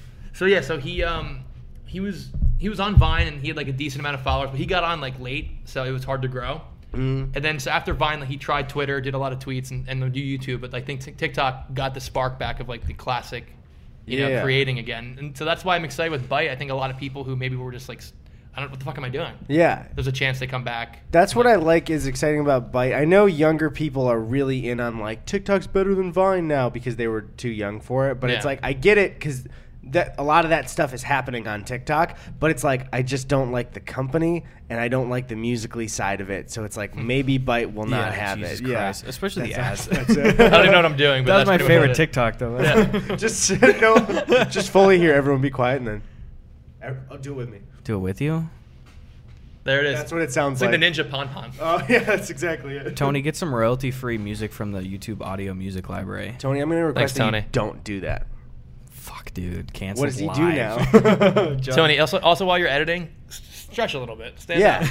S1: *laughs*
S3: So yeah, so he um he was he was on Vine and he had like a decent amount of followers, but he got on like late, so it was hard to grow.
S1: Mm.
S3: And then so after Vine, like, he tried Twitter, did a lot of tweets, and, and do YouTube. But I think Tik- TikTok got the spark back of like the classic, you know,
S1: Yeah.
S3: creating again. And so that's why I'm excited with Byte. I think a lot of people who maybe were just like, s- I don't know what the fuck am I doing.
S1: yeah,
S3: There's a chance they come back.
S1: That's what I *laughs* like is exciting about Byte. I know younger people are really in on like TikTok's better than Vine now because they were too young for it. But it's
S3: Yeah.
S1: like I get it because that a lot of that stuff is happening on TikTok. But it's like I just don't like the company and I don't like the musically side of it. So it's like maybe Byte will not have
S2: Jesus
S1: it. Yeah.
S2: Christ. especially the ads.
S1: That's
S3: *laughs*
S1: it.
S3: I don't even know what I'm doing. But
S2: that was
S3: that's
S2: my
S3: pretty much
S2: favorite
S3: what it
S2: TikTok though.
S1: *laughs*
S3: Yeah.
S1: just no, just fully here. Everyone be quiet and then Ev- oh, do it with me.
S2: *laughs* Do it with you,
S3: is. There it is.
S1: That's what it sounds
S3: It's like,
S1: like.
S3: the Ninja Pon Pon.
S1: Oh *laughs* yeah, that's exactly it.
S2: Tony. Get some royalty free music from the YouTube audio music library.
S1: Tony, I'm gonna request
S3: Thanks,
S1: that you
S3: Tony.
S1: don't do that.
S2: Fuck, dude, cancel.
S1: What does he do
S2: *laughs* live.
S1: now?
S3: Tony, also, also while you're editing, s- stretch a little bit. Stand
S1: Yeah.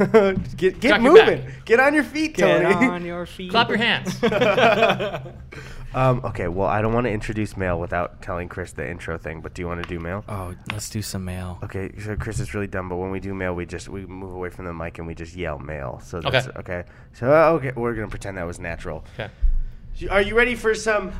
S3: up.
S1: *laughs* get
S3: Drop
S1: get
S3: your back.
S1: moving. Get on your feet,
S2: Get
S1: Tony.
S2: on your feet.
S3: Clap
S2: *laughs*
S3: your hands.
S1: *laughs* um, okay, well, I don't want to introduce mail without telling Chris the intro thing, but do you want to do mail?
S2: Oh, let's do some mail.
S1: Okay, so Chris is really dumb, but when we do mail, we just we move away from the mic and we just yell mail. So
S3: Okay.
S1: *laughs* that's okay. So uh, okay, we're gonna pretend that was natural.
S3: okay.
S1: Are you ready for some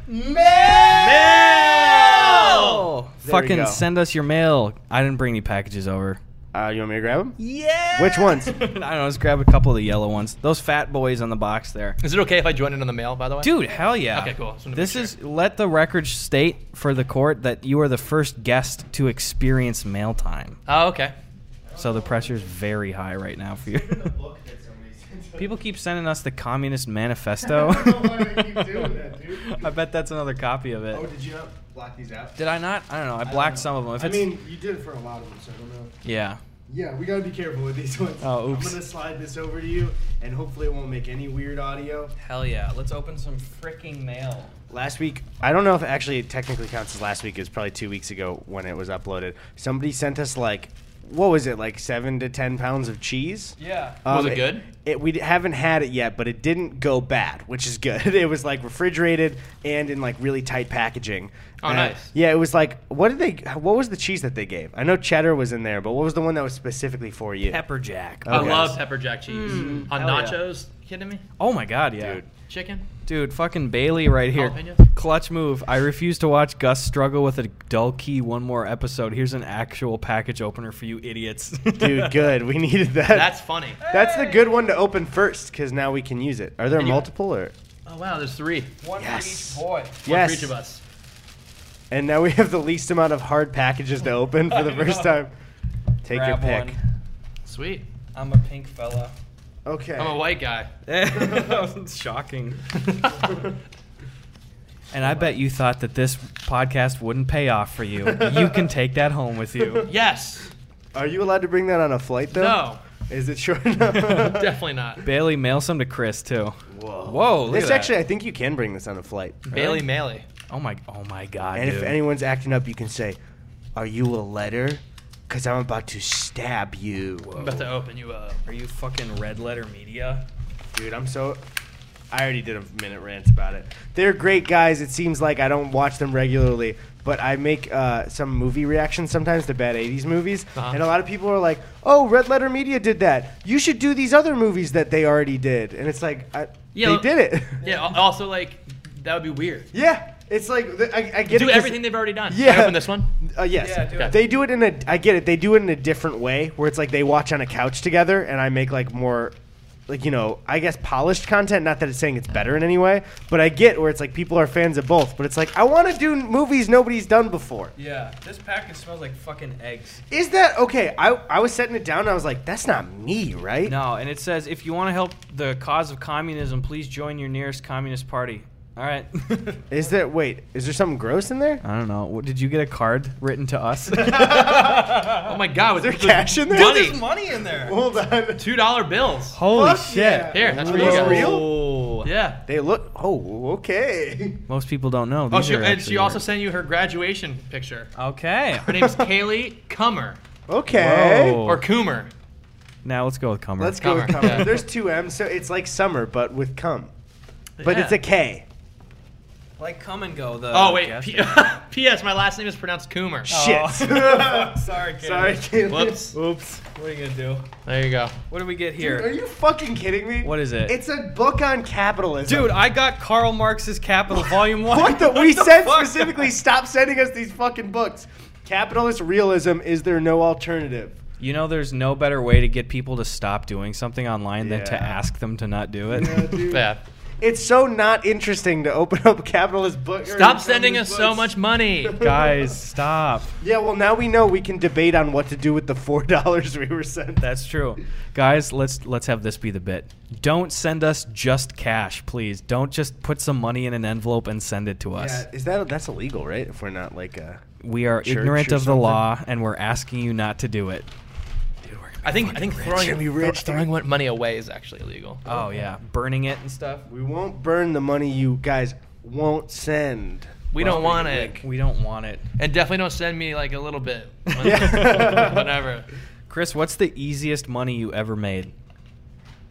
S2: Mail!
S1: There we
S2: Fucking
S1: go.
S2: send us your mail. I didn't bring any packages over.
S1: Uh, you want me to grab them?
S2: Yeah.
S1: Which *laughs* ones?
S2: I don't know. Let's grab a couple of the yellow ones. Those fat boys on the box there.
S3: Is it okay if I join in on the mail? By the way,
S2: Dude, hell yeah.
S3: Okay, cool. Just wanted to
S2: This
S3: make
S2: is let the record state for the court that you are the first guest to experience mail time.
S3: Oh, okay.
S2: So
S1: *laughs*
S2: the pressure's very high right now for you. *laughs* People keep sending us the Communist
S1: *laughs*
S2: Manifesto.
S1: I don't know why they
S2: *laughs*
S1: keep doing that, dude.
S2: I bet that's another copy of it.
S1: Oh, did you not block these out?
S2: Did I not? I don't know. I
S1: don't
S2: blacked
S1: know.
S2: some of them. If
S1: I
S2: it's,
S1: mean, you did it for a lot of them, so I don't know.
S2: yeah.
S1: Yeah, we gotta be careful with these *laughs* ones.
S2: Oh,
S1: I'm
S2: oops.
S1: gonna slide this over to you, and hopefully it won't make any weird audio.
S2: Hell yeah. Let's open some freaking mail.
S1: Last week, I don't know if actually it technically counts as last week. It was probably two weeks ago when it was uploaded. Somebody sent us like, what was it, like seven to ten pounds of cheese? Um,
S2: Yeah.
S3: Was it good?
S1: It, we haven't had it yet, but it didn't go bad, which is good. *laughs* It was like refrigerated and in like really tight packaging.
S3: Oh, nice.
S1: Yeah, it was like what did they? What was the cheese that they gave? I know cheddar was in there, but what was the one that was specifically for you?
S2: Pepper Jack.
S1: Okay.
S3: I love pepper jack cheese Mm-hmm. on
S2: Mm. hell yeah.
S3: nachos. You kidding me?
S2: Oh my god, yeah.
S1: Dude.
S2: Dude,
S3: Chicken.
S2: fucking Bailey right here.
S3: Jalapenos?
S2: Clutch move. I refuse to watch Gus struggle with a dull key one more episode. Here's an actual package opener for you idiots. *laughs*
S1: Dude, good. We needed that.
S3: That's funny.
S1: That's the good one to open first because now we can use it. Are there
S3: you-
S1: multiple or?
S3: Oh wow, there's three.
S2: one
S1: for Yes. each
S2: boy.
S3: One
S1: Yes.
S3: for each of us.
S1: And now we have the least amount of hard packages to open for the
S3: *laughs* I
S1: first
S3: know.
S1: time. Take your pick.
S3: Sweet.
S2: I'm a pink fella.
S1: Okay.
S3: I'm a white
S1: *laughs*
S3: guy.
S2: It's *laughs* shocking.
S3: *laughs*
S2: And I bet you thought that this podcast wouldn't pay off for *laughs* you. You can take that home with you.
S3: yes.
S1: Are you allowed to bring that on a flight though?
S3: No.
S1: Is it short enough?
S3: *laughs* Definitely not.
S2: Bailey, mail some to Chris too.
S1: *laughs* Whoa.
S2: Whoa, look
S1: This
S2: at that.
S1: actually, I think you can bring this on a flight.
S3: Bailey Maley.
S2: Oh my, oh my god,
S1: and
S2: dude.
S1: if anyone's acting up, you can say, "Are you a letter?" Because I'm about to stab you,
S3: I'm about to open you up.
S2: Are you fucking red letter media?
S1: dude. I'm so. I already did a minute rant about it. They're great guys. It seems like I don't watch them regularly, but I make uh, some movie reactions sometimes to bad '80s movies,
S3: Uh-huh.
S1: and a lot of people are like, "Oh, Red Letter Media did that. You should do these other movies that they already did." And it's like, I,
S3: Yeah,
S1: they did it.
S3: Yeah. al- Also, like that would be weird.
S1: *laughs* yeah. It's like th- I, I get it
S3: Do
S1: 'cause-
S3: everything they've already done.
S1: Yeah.
S3: Can I open this one.
S1: Uh, yes.
S2: Yeah, do
S3: it.
S1: They do it in a. I get it. They do it in a different way, where it's like they watch on a couch together, and I make like more, like you know, I guess polished content. Not that it's saying it's better in any way, but I get where it's like people are fans of both. But it's like I want to do movies nobody's done before.
S2: Yeah, this package smells like fucking eggs.
S1: Is that okay? I I was setting it down, and I was like, that's not me, right?
S2: No, and it says if you want to help the cause of communism, please join your nearest communist party. All right.
S1: Is that wait? Is there something gross in
S3: Uh,
S1: there?
S2: *laughs* I don't know. What, did you get a card written to us?
S3: Oh my God. Was
S1: there cash in there?
S3: Money.
S2: money in there.
S1: Hold on.
S3: Two dollar bills.
S2: Holy
S1: Fuck
S2: shit.
S1: yeah.
S3: Here, that's
S1: Are
S3: for you
S1: those
S3: guys.
S1: real?
S3: Yeah.
S1: They look. Oh, okay. *laughs*
S2: Most people don't know.
S3: Oh,
S2: These
S3: she,
S2: are
S3: and
S2: actually
S3: she also
S2: real.
S3: sent you her graduation picture.
S2: Okay.
S1: *laughs*
S3: Her name's Kaylee Cummer
S1: Okay.
S2: Whoa.
S3: or Coomer.
S2: *laughs* Now let's go with Comer.
S1: Let's go with
S3: Cummer,
S1: cum.
S3: yeah.
S1: There's two M, so it's like summer, but with cum. But it's a K.
S2: like come and go. The
S3: Oh wait. P- *laughs* P.S. My last name is pronounced Coomer.
S1: Shit.
S2: *laughs* Sorry, Kaylee.
S1: Sorry, Caleb.
S3: Whoops.
S1: Oops.
S2: What are you gonna do?
S3: There you go.
S2: What do we get
S1: Are
S2: here?
S1: you fucking kidding me?
S2: What is it?
S1: It's a book on capitalism.
S2: Dude, I got Karl Marx's Capital Volume
S1: *laughs*
S2: One.
S1: what
S2: *laughs*
S1: the? we said
S2: fuck?
S1: specifically stop sending us these fucking books. Capitalist realism is there no alternative?
S2: You know, there's no better way to get people to stop doing something online than to
S1: Yeah.
S2: ask them to not do it.
S1: Yeah, dude.
S3: Yeah.
S1: It's so not interesting to open up a capitalist book. or
S3: Stop sending us
S1: communist
S3: so
S1: books.
S3: much money.
S2: *laughs*
S1: *laughs*
S2: Guys, stop.
S1: Yeah, well now we know we can debate on what to do with the four *laughs* dollars we were sent.
S2: That's true. Guys, let's let's have this be the bit. Don't send us just cash, please. Don't just put some money in an envelope and send it to us.
S1: Yeah, is that that's illegal, right? If we're not like uh, a
S2: We are
S1: Church
S2: ignorant
S1: or
S2: of the law and we're asking you not to do it.
S3: I think I think throwing,
S1: Jimmy Rich,
S3: thro- throwing money away is actually illegal.
S2: Oh yeah, burning it and stuff.
S1: We won't burn the money you guys won't send.
S3: We don't want it,
S2: We don't want it.
S3: and definitely don't send me like a
S1: *laughs*
S3: little bit.
S1: Yeah.
S3: Whatever.
S2: Chris, what's the easiest money you ever made?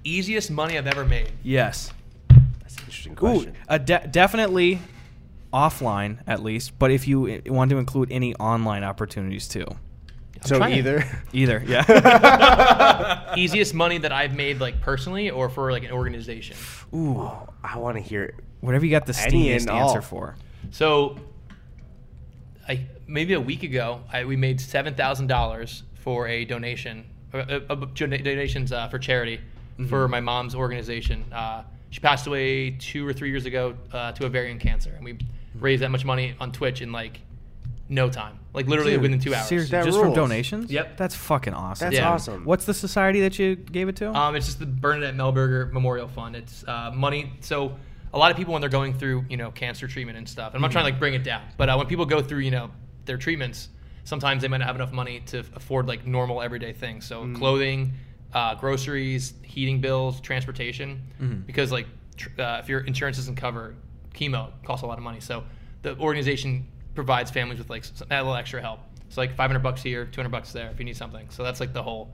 S3: Easiest money I've ever made.
S2: Yes.
S1: That's an interesting
S2: Ooh,
S1: question.
S2: uh, de- definitely eh, offline at least, but if you i- want to include any online opportunities too.
S1: so
S3: trying to-
S1: either
S3: *laughs*
S2: Either, yeah.
S1: *laughs*
S3: Easiest money that I've made, like personally, or for like an organization.
S2: Ooh,
S1: I want to hear.
S2: whatever you got the
S1: Any
S2: steamiest
S1: and
S2: answer
S1: all.
S2: for.
S3: So, I maybe a week ago, I, we made seven thousand dollars for a donation, uh, uh, uh, don- donations uh, for charity for my mom's organization. Uh, she passed away two or three years ago uh, to ovarian cancer, and we raised that much money on Twitch in like no time, like literally
S1: Dude,
S3: within two hours.
S2: Seriously,
S1: That
S2: just from
S1: rules.
S2: donations?
S3: Yep.
S2: That's fucking awesome.
S1: That's
S3: Yeah.
S1: awesome.
S2: What's the society that you gave it to?
S3: Um, it's just the Bernadette Melberger Memorial Fund. It's uh, money. So a lot of people when they're going through you know cancer treatment and stuff. I'm not trying to like bring it down, but uh, when people go through you know their treatments, sometimes they might not have enough money to afford like normal everyday things. So clothing, uh, groceries, heating bills, transportation, because like tr- uh, if your insurance doesn't cover chemo, it costs a lot of money. So the organization provides families with like s- a little extra help. So like 500 bucks here, 200 bucks there if you need something. So that's like the whole.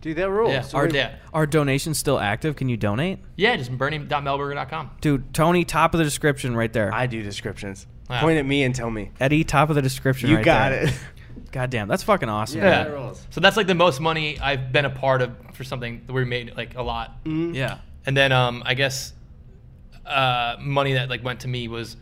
S1: Dude, that rules.
S3: Yeah,
S1: So
S3: our
S1: we-
S3: debt.
S2: Are donations still active? Can you donate?
S3: Yeah, just bernie.melberger.com.
S2: Dude, Tony, top of the description right there.
S1: I do descriptions.
S3: Wow.
S1: Point at me and tell me.
S2: Eddie, top of the description
S1: You
S2: right
S1: got
S2: there.
S1: it. *laughs*
S2: God damn, that's fucking awesome.
S1: Yeah.
S2: man.
S1: that rules.
S3: So that's like the most money I've been a part of for something that we made like a lot.
S2: Yeah.
S3: And then um, I guess uh, money that like went to me was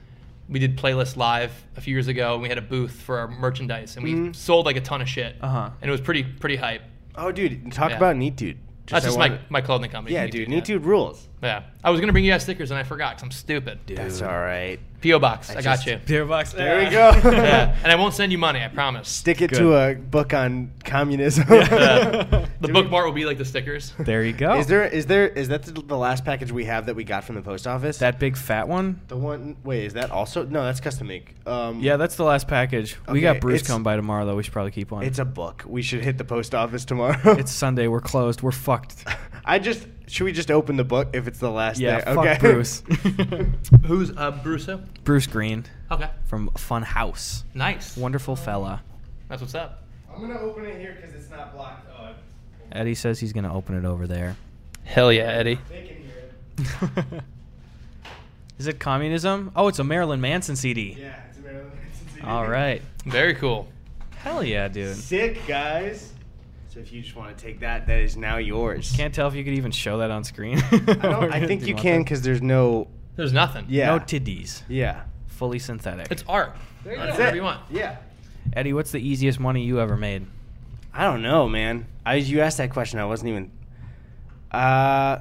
S3: we did playlist live a few years ago and we had a booth for our merchandise and we sold like a ton of shit.
S2: Uh-huh.
S3: And it was pretty pretty hype.
S1: Oh, dude, talk
S3: Yeah.
S1: about Neat Dude.
S3: That's
S1: I
S3: just
S1: wanna-
S3: my, my clothing company.
S1: Yeah,
S3: Need
S1: dude,
S3: to,
S1: Neat
S3: yeah.
S1: Dude rules.
S3: Yeah. I was gonna bring you guys stickers and I forgot because I'm stupid.
S1: That's all right.
S3: PO box. I, got
S1: just-
S3: you.
S2: *laughs* Beer box.
S1: There
S3: *laughs*
S1: we go.
S3: yeah. And I won't send you money.
S1: *laughs*
S3: I promise.
S1: Stick it to a book on communism.
S3: Uh, the bookmark will be like the stickers.
S2: There you go.
S1: *laughs* Is there? Is there? Is that the, the last package we have that we got from the post office?
S2: that big fat one?
S1: the one. Wait, is that also? No, that's custom make. Um,
S2: Yeah, that's the last package. we got
S1: Okay,
S2: Bruce
S1: it's-
S2: coming by tomorrow, though. We should probably keep one.
S1: it's a *laughs* book. We should hit the post office tomorrow. *laughs*
S2: It's Sunday. We're closed. We're fucked.
S1: I just should we just open the book if *laughs* it's the last
S2: Yeah,
S1: thing?
S2: fuck
S1: okay. *laughs*
S2: Bruce.
S3: Who's uh, Brusso?
S2: Bruce Green
S3: Okay.
S2: from Fun House.
S3: Nice.
S2: Wonderful fella.
S3: That's what's up.
S1: I'm gonna open it here because it's not blocked. Oh,
S2: Eddie says he's going to open it
S1: *laughs*
S2: over there.
S3: Hell yeah, Eddie.
S1: they can hear it.
S2: Is it communism? Oh, it's a Marilyn Manson CD.
S1: Yeah, it's a Maryland. *laughs*
S2: All right.
S3: Very cool.
S2: Hell yeah, dude.
S1: Sick guys. So if you just want to take that, that is now yours.
S2: Can't tell if you could even show that on screen.
S1: *laughs* I, don't,
S2: *laughs*
S1: I think you can because there's no.
S3: There's nothing.
S1: Yeah.
S2: No titties.
S1: yeah.
S2: Fully synthetic.
S3: It's art. That's
S1: That's
S3: whatever
S1: it.
S3: you want.
S1: Yeah.
S2: Eddie, what's the easiest money you ever made?
S1: I don't know, man. I you asked that question, I wasn't even. Uh,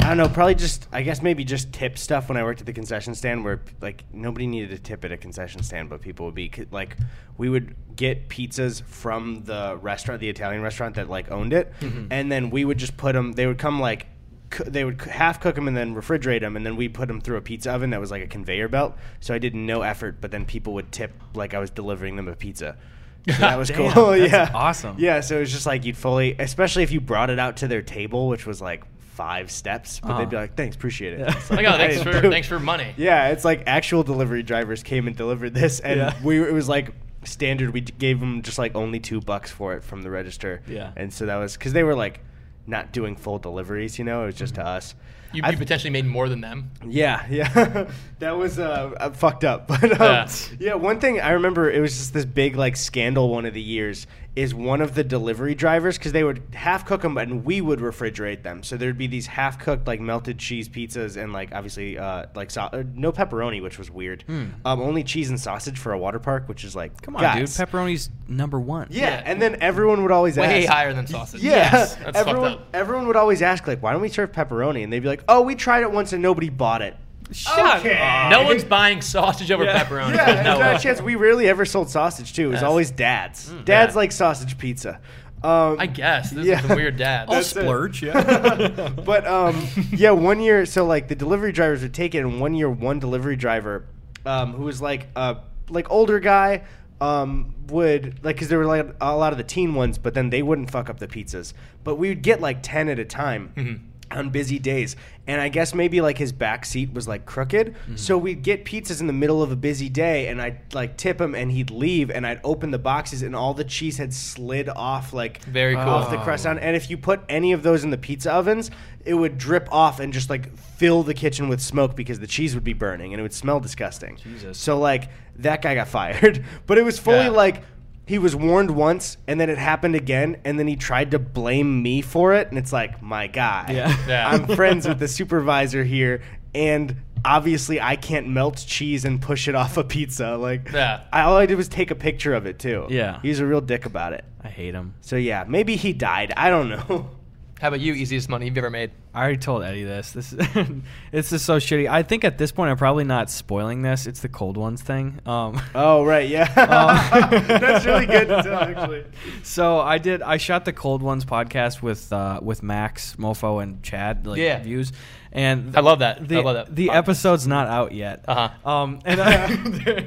S1: I don't know. Probably just. I guess maybe just tip stuff when I worked at the concession stand, where like nobody needed a tip at a concession stand, but people would be c- like, we would get pizzas from the restaurant, the Italian restaurant that like owned it, and then we would just put them. They would come like. coo- They would c- half cook them and then refrigerate them, and then we put them through a pizza oven that was like a conveyor belt. So I did no effort, but then people would tip like I was delivering them a pizza.
S3: *laughs*
S1: So that was
S2: Damn,
S1: cool.
S2: that's
S1: yeah,
S2: awesome.
S1: Yeah, so it was just like you'd fully, especially if you brought it out to their table, which was like five steps, but
S2: Uh-huh.
S1: they'd be like, "Thanks, appreciate it." It's
S3: Like,
S1: *laughs*
S3: oh,
S1: I
S3: thanks
S1: didn't
S3: for
S1: do-
S3: thanks for money.
S1: Yeah, it's like actual delivery drivers came and delivered this, and
S2: Yeah.
S1: we it was like standard. We d- gave them just like only two bucks for it from the register.
S2: Yeah.
S1: and so that was because they were like not doing full deliveries. You know, it was just to us.
S3: You, you
S1: I've-
S3: potentially made more than them.
S1: yeah, yeah, *laughs* that was uh, uh, fucked up. *laughs* But um,
S3: Yeah.
S1: yeah. one thing I remember it was just this big like scandal. One of the years is one of the delivery drivers because they would half cook them and we would refrigerate them. So there'd be these half cooked like melted cheese pizzas and like obviously uh, like so- uh, no pepperoni, which was weird. Um, only cheese and sausage for a water park, which is like
S2: Hmm. Come on,
S1: guys.
S2: dude. Pepperoni's number one.
S1: Yeah, and then everyone would always
S3: Way
S1: ask
S3: higher than sausage.
S1: yeah,
S3: Yes, that's
S1: everyone,
S3: fucked up.
S1: everyone would always ask like, "Why don't we serve pepperoni?" And they'd be like, "Oh, we tried it once and nobody bought it."
S2: Shut
S1: Okay.
S2: up.
S3: No one's buying sausage over pepperoni.
S1: *laughs* Yeah,
S3: There's
S1: and
S3: *laughs* no
S1: by
S3: way.
S1: chance we rarely ever sold sausage too. It was
S2: Yes.
S1: always dads. dads
S3: Mm. Yeah.
S1: like sausage pizza. Um,
S3: I guess this
S1: Yeah.
S3: is some weird dad.
S2: I'll
S1: it.
S2: splurge, yeah.
S3: *laughs*
S1: *laughs* but um, yeah, one year, so like the delivery drivers would take it, and one year, one delivery driver, um, who was like a like older guy, um, would like because there were like a lot of the teen ones, but then they wouldn't fuck up the pizzas. But we would get like ten at a time.
S3: Mm-hmm.
S1: On busy days, and I guess maybe like his back seat was like crooked,
S3: Mm-hmm.
S1: so we'd get pizzas in the middle of a busy day, and I'd like tip him, and he'd leave, and I'd open the boxes, and all the cheese had slid off like
S3: Very cool.
S1: off the crust on. And if you put any of those in the pizza ovens, it would drip off and just like fill the kitchen with smoke because the cheese would be burning and it would smell disgusting.
S2: Jesus.
S1: *laughs* So like that guy got fired, but it was fully
S3: Yeah.
S1: like he was warned once, and then it happened again, and then he tried to blame me for it, and it's like, my guy,
S2: Yeah.
S3: Yeah.
S1: I'm friends with the supervisor here, and obviously I can't melt cheese and push it off a pizza. Like,
S3: Yeah.
S1: I, all I did was take a picture of it too.
S2: Yeah.
S1: he's a real dick about it.
S2: I hate him.
S1: So yeah, maybe he died. I don't know. *laughs*
S3: How about you? Easiest money you've ever made?
S2: I already told Eddie this. This is, *laughs* this is so shitty. I think at this point I'm probably not spoiling this. It's the cold ones thing. Um,
S3: *laughs*
S1: Oh right, yeah,
S2: Oh.
S1: *laughs* that's really good to tell actually.
S2: so I did. I shot the cold ones podcast with uh, with Max Mofo and Chad. Like,
S3: Yeah.
S2: views. And
S3: I love that. I
S2: The,
S3: love that
S2: The
S3: podcast.
S2: episode's not out yet.
S3: Uh-huh.
S2: Um, and
S3: *laughs*
S1: uh,
S2: I,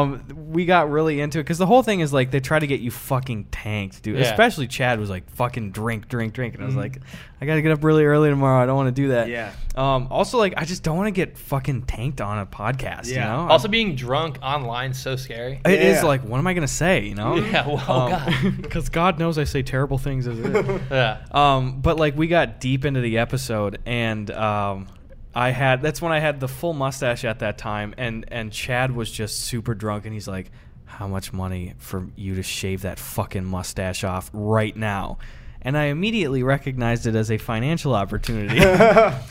S2: um, we got really into it because the whole thing is like they try to get you fucking tanked, dude.
S3: Yeah. Mm-hmm.
S2: Especially Chad was like fucking drink, drink, drink, and I was like, I gotta get up really early tomorrow. I don't want to do that.
S1: Yeah.
S2: Um, also, like, I just don't want to get fucking tanked on a podcast.
S1: Yeah.
S2: You know.
S3: *laughs* Also, being drunk online
S1: *laughs*
S3: so scary.
S2: It is
S1: Yeah.
S2: like, what am I gonna say? You know?
S3: Yeah, well,
S2: *laughs*
S3: God.
S2: because God knows I say terrible things as it
S3: *laughs*
S2: is.
S3: Yeah.
S2: Um, but like we got deep into the episode, and um, I had that's when I had the full mustache at that time, and and Chad was just super drunk, and he's like, "How much money for you to shave that fucking mustache off right now?" And I immediately recognized it as a
S1: *laughs*
S2: financial opportunity.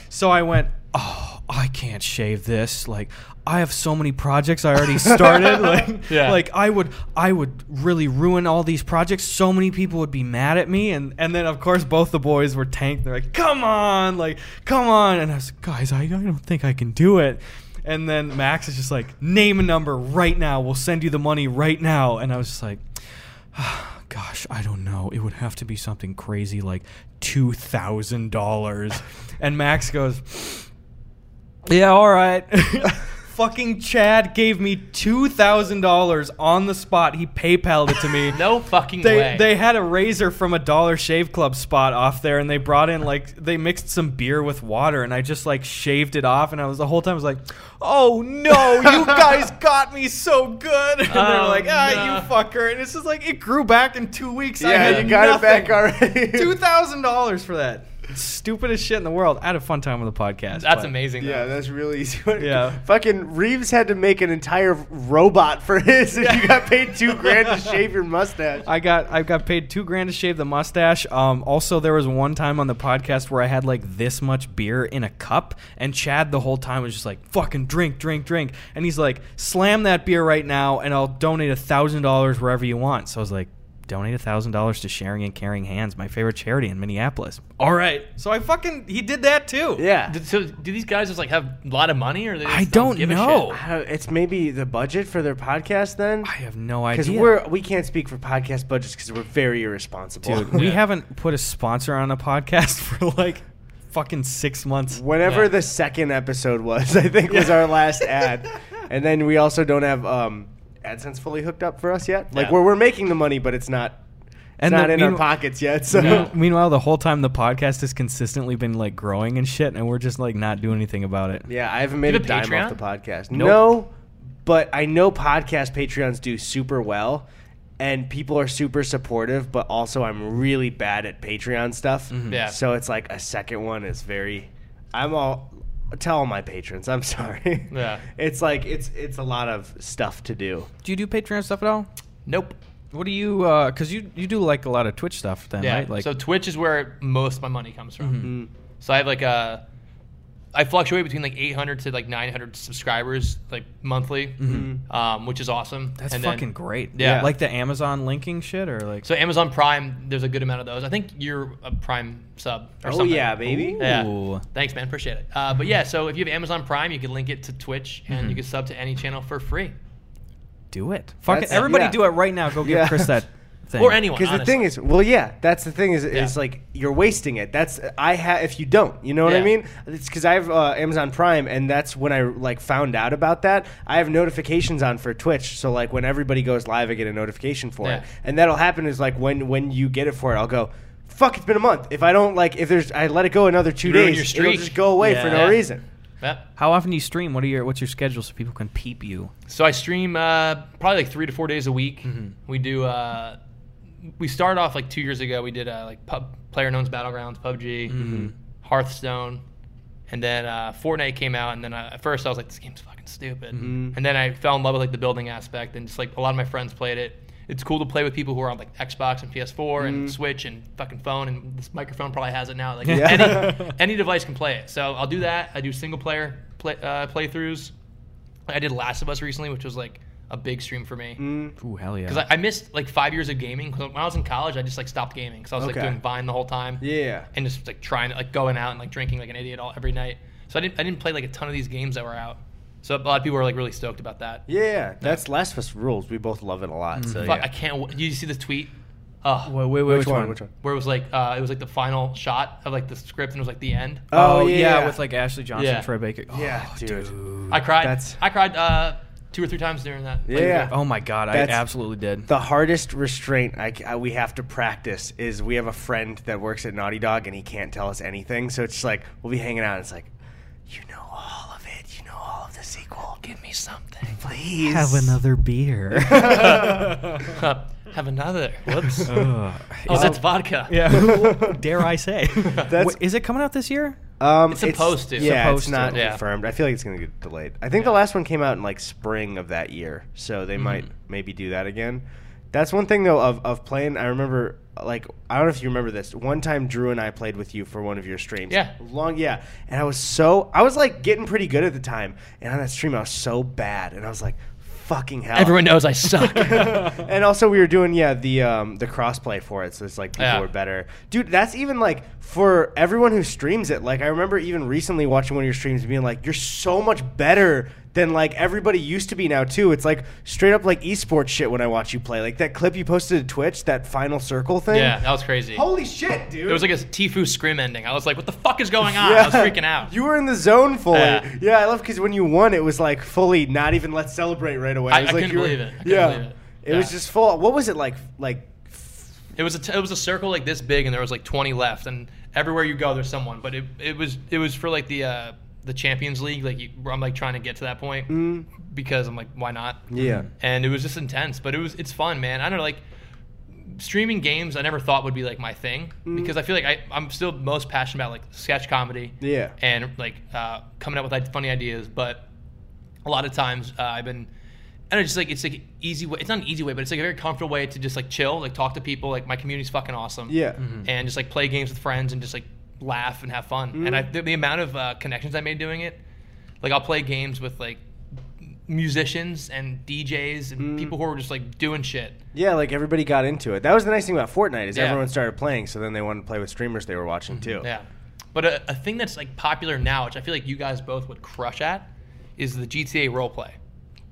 S2: so I went, "Oh, I can't shave this. Like, I have so many projects I already started. like,
S3: Yeah.
S2: like I would I would really ruin all these projects. So many people would be mad at me, and and then of course both the boys were tanked. They're like, "Come on, like, come on!" And I was like, "Guys, I, I don't think I can do it." And then Max is just like, "Name a number right now. We'll send you the money right now." And I was just like. *sighs* Gosh, I don't know. It would have to be something crazy like $2,000. and Max goes, yeah, all
S1: *laughs*
S2: right. *laughs* Fucking Chad gave me two thousand dollars on the spot. He PayPal'd it
S1: *laughs*
S2: to me.
S3: No fucking
S2: They
S3: way.
S2: they had a razor from a Dollar Shave Club spot off there, and they brought in like they mixed some beer with water, and I just like shaved it off, and I was the whole time I was like, "Oh no,
S1: *laughs*
S2: you guys got me so good!" *laughs* And they were
S3: Oh,
S2: like, "Ah,
S3: no.
S2: you fucker!" And it's just like it grew back in two weeks. I
S1: Yeah,
S2: had
S1: you got it back
S2: nothing.
S1: already. *laughs*
S2: Two thousand dollars for that. Stupidest shit in the world. I had a fun time with the podcast.
S3: That's
S2: but-
S3: amazing.
S1: Yeah,
S3: though.
S1: that's really easy. *laughs*
S2: Yeah.
S1: Fucking Reeves had to make an entire robot for his, and you got paid two grand *laughs* to shave your mustache.
S2: I got I got paid two grand to shave the mustache. Um, also, there was one time on the podcast where I had like this much beer in a cup, and Chad the whole time was just like, "Fucking drink, drink, drink," and he's like, "Slam that beer right now, and I'll donate a thousand dollars wherever you want." So I was like. Donate a thousand dollars to Sharing and Caring Hands, my favorite charity in Minneapolis. All right, so I fucking he did that too.
S1: yeah.
S3: Did- so, do these guys just like have a lot of money, or they just
S2: I don't
S3: give a
S2: know.
S3: shit?
S1: I don't- It's maybe the budget for their podcast then?
S2: I have no
S1: Because
S2: idea.
S1: we're we can't speak for podcast budgets because we're very irresponsible. *laughs*
S2: Dude, *laughs* we
S3: Yeah.
S2: haven't put a sponsor on a podcast *laughs* for like fucking six months.
S1: Whatever
S3: Yeah.
S1: the second episode was, *laughs* I think was our last ad, and then we also don't have um, AdSense fully hooked up for us yet. Like
S3: Yeah.
S1: we're, we're making the money, but it's not. It's
S2: And
S1: not
S2: the-
S1: in our
S2: meanwh-
S1: pockets yet. *laughs* So
S2: Mean- Meanwhile, the whole time the podcast has consistently been like growing and shit, and we're just like not doing anything about it.
S1: Yeah, I haven't made
S3: Do
S1: a
S3: you
S1: dime
S3: have a
S1: off the podcast.
S2: Nope.
S1: No, but I know podcast Patreons do super well, and people are super supportive. But also, I'm really bad at Patreon stuff.
S3: Yeah.
S1: So it's like a second one is very. I'm all tell all my patrons. I'm *laughs* sorry.
S3: Yeah.
S1: It's like it's it's a lot of stuff to do.
S2: Do you do Patreon stuff at all?
S3: Nope.
S2: What do you? uh 'cause you you do like a lot of Twitch stuff, then
S3: Yeah.
S2: right? Like Mm-hmm.
S3: so Twitch is where most of my money comes from. So I have like a, I fluctuate between like 800 to like 900 subscribers like monthly,
S1: Mm-hmm.
S3: um, which is awesome.
S2: Mm-hmm. that's
S3: And then-
S2: fucking great.
S3: Yeah.
S2: like the Amazon linking shit, or like
S3: So Amazon Prime, there's a good amount of those. I think you're a Prime sub or
S1: oh
S3: something.
S1: yeah, baby.
S2: Ooh.
S3: Yeah. Thanks, man. Appreciate it. Uh, but yeah, so if you have Amazon Prime, you can link it to Twitch and
S2: Mm-hmm.
S3: you can sub to any channel for free
S2: do it. Fucking
S1: That's-
S2: everybody,
S1: yeah.
S2: do it right now. Go give
S1: Yeah.
S2: Chris *laughs* that thing
S3: or anyone.
S1: Because the
S3: honestly.
S1: thing is, well, yeah, that's the thing is,
S3: Yeah.
S1: is like you're wasting it. That's I have if you don't, you know what I
S3: Yeah.
S1: mean? It's because I have uh, Amazon Prime, and that's when I like found out about that. I have notifications on for Twitch, so like when everybody goes live, I get a notification for it,
S3: Yeah.
S1: and that'll happen is like when when you get it for it, I'll go. Fuck! It's been a month. If I don't like, if there's, I let it go another two
S3: Ruin your
S1: days. It'll
S3: streak.
S1: just go away for no
S3: Yeah.
S1: reason.
S3: Yep.
S2: How often do you stream? What are your what's your schedule so people can peep you?
S3: So I stream uh, probably like three to four days a week. We do. Uh, we started off like two years ago. We did uh, like pub, Player Known's Battlegrounds, PUBG, Hearthstone, and then uh, Fortnite came out. And then I, at first I was like, this game's fucking stupid. And then I fell in love with like the building aspect, and just like a lot of my friends played it. it's cool to play with people who are on like Xbox and PS4 and Switch and fucking phone and this microphone probably has it now. Like any any device can play it. So I'll do that. I do single player play, uh, playthroughs. I did Last of Us recently, which was like a big stream for me.
S1: Mm. Mm-hmm.
S2: Ooh, hell yeah.
S3: Because I, I missed like five years of gaming. 'Cause when I was in college, I just like stopped gaming because I was like
S1: Okay.
S3: doing Vine the whole time
S1: Yeah.
S3: and just like trying, like going out and like drinking like an idiot all every night. So I didn't, I didn't play like a ton of these games that were out. So a lot of people were like really stoked about that.
S1: Yeah, that's Last of Us rules. We both love it a lot. So
S3: Mm. Fuck,
S1: yeah.
S3: I can't. w- Did you see this tweet? Oh,
S2: wait, wait, wait,
S1: Which one? Which one?
S3: where it was like uh, it was like the final shot of like the script and it was like the end.
S2: Oh,
S1: Oh,
S2: yeah.
S1: yeah.
S2: with like Ashley Johnson,
S3: Yeah.
S2: Troy Baker. Oh,
S1: Yeah, dude.
S3: I cried.
S1: That's-
S3: I cried uh, two or three times during that. Like,
S1: Yeah.
S2: Oh my god,
S1: That's-
S2: I absolutely did.
S1: The hardest restraint I, c- I- we have to practice is we have a friend that works at Naughty Dog and he can't tell us anything. So it's just like we'll be hanging out. and It's like, you know all of it. You know all of the sequel. Give me something, please. *laughs*
S2: beer.
S3: *laughs* have another. *laughs*
S1: *laughs*
S2: *laughs*
S3: Whoops. *laughs* oh,
S2: Uh, Is
S3: that's
S2: it?
S3: vodka.
S2: Yeah. Dare I say?
S1: *laughs* That's-
S2: Wait, is it coming out this year?
S1: Um,
S3: It's supposed to.
S1: Yeah,
S2: Supposed
S1: it's not
S2: to.
S3: Yeah.
S1: confirmed. I feel like it's going to get delayed. I think the last one came out in like spring of that year, so
S3: Mm-hmm.
S1: they might maybe do that again. That's one thing though of of playing. I remember like I don't know if you remember this. One time Drew and I played with you for one of your streams.
S3: Yeah.
S1: long yeah. And I was so I was like getting pretty good at the time, and on that stream I was so bad, and I was like. Fucking hell!
S3: Everyone knows I *laughs* suck.
S1: and also we were doing yeah the um the crossplay for it so it's like people
S3: Yeah.
S1: were better dude that's even like for everyone who streams it like i remember even recently watching one of your streams and being like you're so much better than like everybody used to be now too it's like straight up like esports shit when i watch you play like that clip you posted to twitch that final circle thing
S3: yeah, that was crazy.
S1: holy shit dude *laughs*
S3: It was like a Tifu scrim ending. I was like, what the fuck is going on? I was freaking out.
S1: You were in the zone fully.
S3: Yeah.
S1: Yeah, I love because when you won, it was like fully not even let's celebrate right away.
S3: I-
S1: It was
S3: I
S1: like
S3: couldn't
S1: you were-
S3: believe it. I couldn't
S1: yeah,
S3: believe it.
S1: it was
S3: Yeah.
S1: just full. What was it like? Like
S3: It was a t- it was a circle like this big, and there was like 20 left, and everywhere you go, there's someone. But it, it was it was for like the uh, the Champions League. Like you, where I'm like trying to get to that point
S1: Mm.
S3: because I'm like, why not?
S1: Mm-hmm. yeah,
S2: Mm-hmm.
S3: And it was just intense, but it was it's fun, man. I don't know, like streaming games. I never thought would be like my thing
S1: Mm.
S3: because I feel like I I'm still most passionate about like sketch comedy.
S1: Yeah.
S3: and like uh, coming up with like, funny ideas, but a lot of times uh, I've been, I don't know, just like it's like an easy way. It's not an easy way, but it's like a very comfortable way to just like chill, like talk to people. Like my community's fucking awesome.
S1: Yeah.
S2: Mm-hmm.
S3: and just like play games with friends and just like laugh and have fun. And I, the, the amount of uh, connections I made doing it, like I'll play games with like musicians and DJs and people who are just like doing shit.
S1: Yeah, like everybody got into it. That was the nice thing about Fortnite is
S3: Yeah.
S1: everyone started playing, so then they wanted to play with streamers they were watching too.
S2: Mm-hmm.
S3: Yeah. But a, a thing that's like popular now, which I feel like you guys both would crush at, is the GTA roleplay.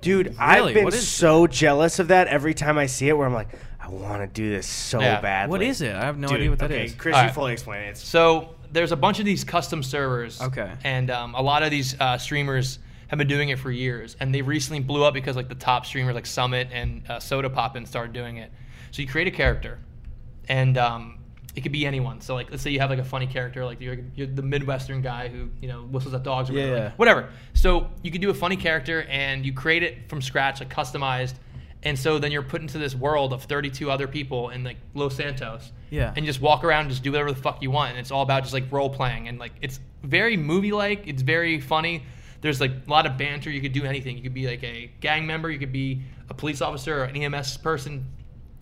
S1: Dude,
S2: Really?
S1: I've been
S2: What is
S1: so jealous of that every time I see it where I'm like, I want to do this so
S3: Yeah.
S1: badly.
S2: What is it? I have no
S1: Dude,
S2: idea what that
S1: okay,
S2: is.
S1: Chris,
S3: All
S1: you
S3: right.
S1: fully explain it. It's
S3: So there's a bunch of these custom servers.
S2: Okay.
S3: And um, a lot of these uh, streamers have been doing it for years, and they recently blew up because like the top streamers like Summit and uh, Soda Poppin started doing it. So you create a character, and um, it could be anyone. So like let's say you have like a funny character, like you're, you're the Midwestern guy who you know whistles at dogs or whatever.
S2: Yeah.
S3: whatever. So you could do a funny character, and you create it from scratch, like customized. And so then you're put into this world of 32 other people in like Los Santos,
S2: Yeah.
S3: and you just walk around and just do whatever the fuck you want. And it's all about just like role playing and like it's very movie like. It's very funny. There's like a lot of banter. You could do anything. You could be like a gang member. You could be a police officer or an EMS person,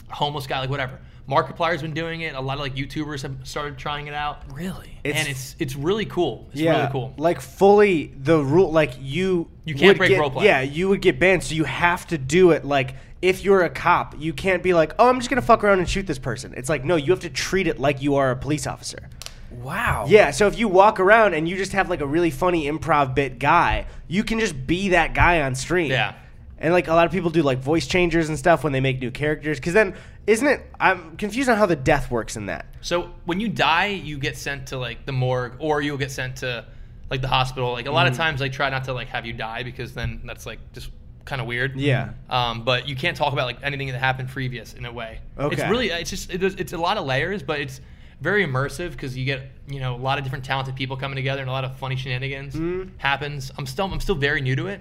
S3: homeless guy, like whatever. Markiplier's been doing it. A lot of like YouTubers have started trying it out,
S2: Really?
S3: and it's it's really cool. It's
S1: yeah,
S3: really cool.
S1: like fully the rule. Like you,
S3: You can't
S1: would
S3: break
S1: get-
S3: roleplay.
S1: Yeah, you would get banned, so you have to do it. Like if you're a cop, you can't be like, oh, I'm just gonna fuck around and shoot this person. It's like no, you have to treat it like you are a police officer.
S2: Wow.
S1: Yeah, so if you walk around and you just have like a really funny improv bit guy, you can just be that guy on stream.
S3: Yeah.
S1: And like a lot of people do like voice changers and stuff when they make new characters cuz then isn't it I'm confused on how the death works in that.
S3: So when you die, you get sent to like the morgue, or you'll get sent to like the hospital. Like a lot
S1: Mm.
S3: of times, they try not to like have you die because then that's like just kind of weird.
S1: Yeah.
S3: Um, but you can't talk about like anything that happened previous in a way. It's
S1: Okay.
S3: really it's just it, is- it's a lot of layers, but it's very immersive because you get you know a lot of different talented people coming together and a lot of funny shenanigans
S1: Mm-hmm.
S3: happens. I'm still I'm still very new to it,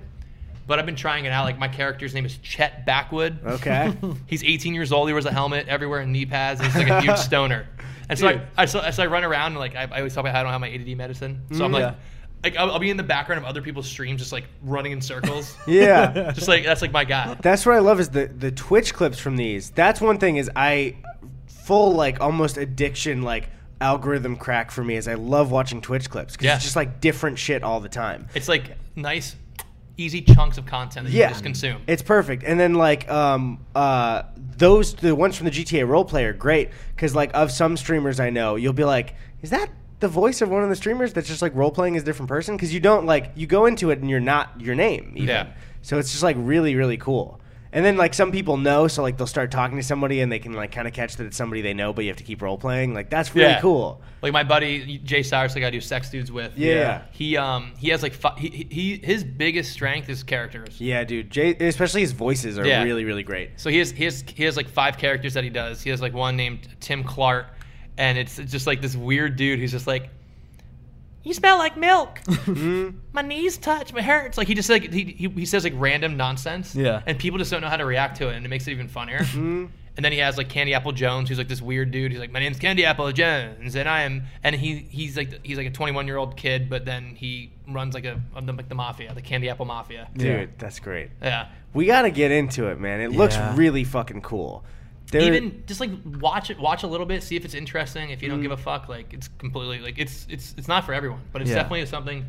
S3: but I've been trying it out. Like my character's name is Chet Backwood.
S1: Okay.
S3: He's 18 years old. He wears a helmet everywhere and knee pads. And he's like a
S1: *laughs*
S3: huge stoner. And so I,
S1: Dude. Mm,
S3: I, so, so I run around and like I, I always talk about how I don't have my ADD medicine. So I'm like, like I'll, I'll be in the background of other people's streams, just like running in
S1: *laughs*
S3: circles.
S1: Yeah.
S3: just like that's like my guy.
S1: That's what I love is the the Twitch clips from these. That's one thing is I full like almost addiction like algorithm crack for me is I love watching Twitch clips because
S3: Yeah.
S1: it's just like different shit all the time.
S3: It's like nice, easy chunks of content that you
S1: Yeah.
S3: can just consume.
S1: It's perfect. And then like um uh those the ones from the GTA role play are great because like of some streamers I know you'll be like is that the voice of one of the streamers that's just like role playing as a different person because you don't like you go into it and you're not your name even.
S3: Yeah.
S1: So it's just like really really cool. And then like some people know so like they'll start talking to somebody and they can like kind of catch that it's somebody they know but you have to keep role playing like that's really
S3: Yeah.
S1: cool.
S3: Like my buddy Jay Cyrus, like I do sex dudes with.
S1: Yeah.
S3: He um he has like fi- he, he he- his biggest strength is characters.
S1: Yeah, dude. Jay, especially his voices are
S3: Yeah.
S1: really really great.
S3: So he has he has he has like five characters that he does. He has like one named Tim Clark, and it's just like this weird dude who's just like, you smell
S2: *laughs*
S3: like milk.
S2: Mm-hmm.
S3: my knees touch. My hair. It's like he just like he, he he says like random nonsense.
S2: Yeah. Mm-hmm.
S3: And people just don't know how to react to it, and it makes it even funnier. And then he has like Candy Apple Jones, who's like this weird dude. He's like, my name's Candy Apple Jones, and I am. And he he's like he's like a 21 year old kid, but then he runs like a like the mafia, the Candy Apple Mafia.
S1: Dude,
S2: Yeah.
S1: that's great.
S3: Yeah.
S1: We got to get into it, man. It looks
S2: Yeah.
S1: really fucking cool. There,
S3: even just like watch it watch a little bit see if it's interesting if you don't give
S1: Mm.
S3: a fuck like it's completely like it's it's it's not for everyone but it's
S2: Yeah.
S3: definitely something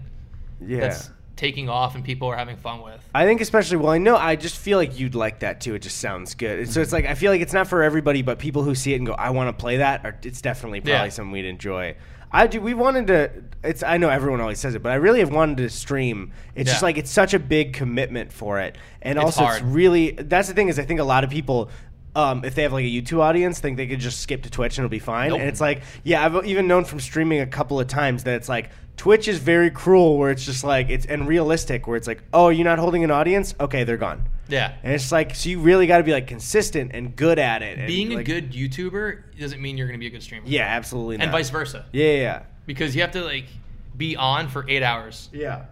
S1: yeah.
S3: that's taking off and people are having fun with
S1: I think especially well, I know I just feel like you'd like that too. It just sounds good. And So
S3: Mm-hmm.
S1: it's like I feel like it's not for everybody, but people who see it and go, "I want to play that," are, it's definitely probably
S3: Yeah.
S1: something we'd enjoy. I do. We wanted to. It's. I know everyone always says it, but I really have wanted to stream. It's just
S3: Yeah.
S1: like it's such a big commitment for it, and
S3: It's
S1: also it's
S3: hard.
S1: really. That's the thing is I think a lot of people. Um, if they have like a YouTube audience, think they could just skip to Twitch and it'll be fine.
S3: Nope.
S1: And it's like, yeah, I've even known from streaming a couple of times that it's like Twitch is very cruel, where it's just like it's and realistic, where it's like, oh, you're not holding an audience, okay, they're gone.
S3: yeah
S1: And it's like, so you really got to be like consistent and good at it. and,
S3: being a
S1: like-
S3: good youtuber doesn't mean you're gonna be a good streamer
S1: yeah, absolutely,
S3: and
S1: not.
S3: vice versa
S1: yeah, yeah,
S3: because you have to like be on for eight hours
S1: yeah. yeah.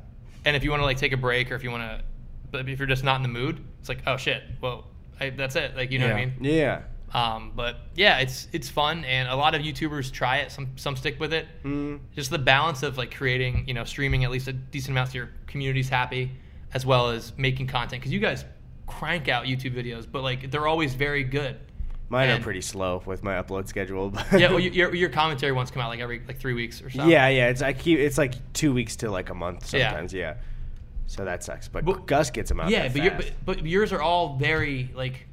S3: and if you want to like take a break or if you want to but if you're just not in the mood it's like oh shit well I, that's it like you know what
S2: Yeah.
S3: i mean
S1: Yeah.
S3: Um, but yeah, it's it's fun, and a lot of YouTubers try it. Some some stick with it.
S1: Mm.
S3: Just the balance of like creating, you know, streaming at least a decent amount so your community's happy, as well as making content. Because you guys crank out YouTube videos, but like they're always very good.
S1: Mine
S3: And-
S1: are pretty slow with my upload schedule. *laughs* But
S3: Yeah, well, your- your your commentary ones come out like every like three weeks or so.
S1: yeah, yeah. It's I keep it's like two weeks to like a month
S3: Yeah.
S1: sometimes. Yeah. So that sucks, but,
S3: But-
S1: Gus gets them out.
S3: yeah,
S1: that
S3: but, your,
S1: fast.
S3: but but yours are all very like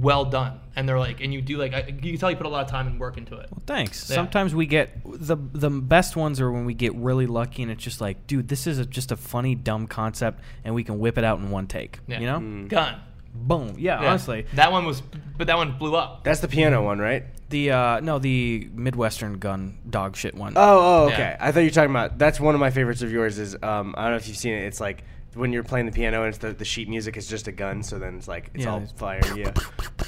S3: well done, and they're like, and you do like I, you can tell you put a lot of time and work into it.
S2: Thanks.
S3: Yeah.
S2: Sometimes we get the the best ones are when we get really lucky and it's just like, dude, this is a, just a funny dumb concept and we can whip it out in one take.
S3: Yeah.
S2: You know,
S1: Mm.
S3: Gun.
S2: boom. Yeah,
S3: Yeah.
S2: honestly,
S3: that one was, but that one blew up.
S1: that's the piano one, right?
S2: the uh, no the Midwestern gun dog shit one.
S1: Oh, oh,
S3: Yeah.
S1: okay. I thought you were talking about. That's one of my favorites of yours. Is um, I don't know if you've seen it. It's like when you're playing the piano and it's the, the sheet music is just a gun. So then it's like it's
S2: Yeah,
S1: all
S2: it's-
S1: fire.
S3: *laughs*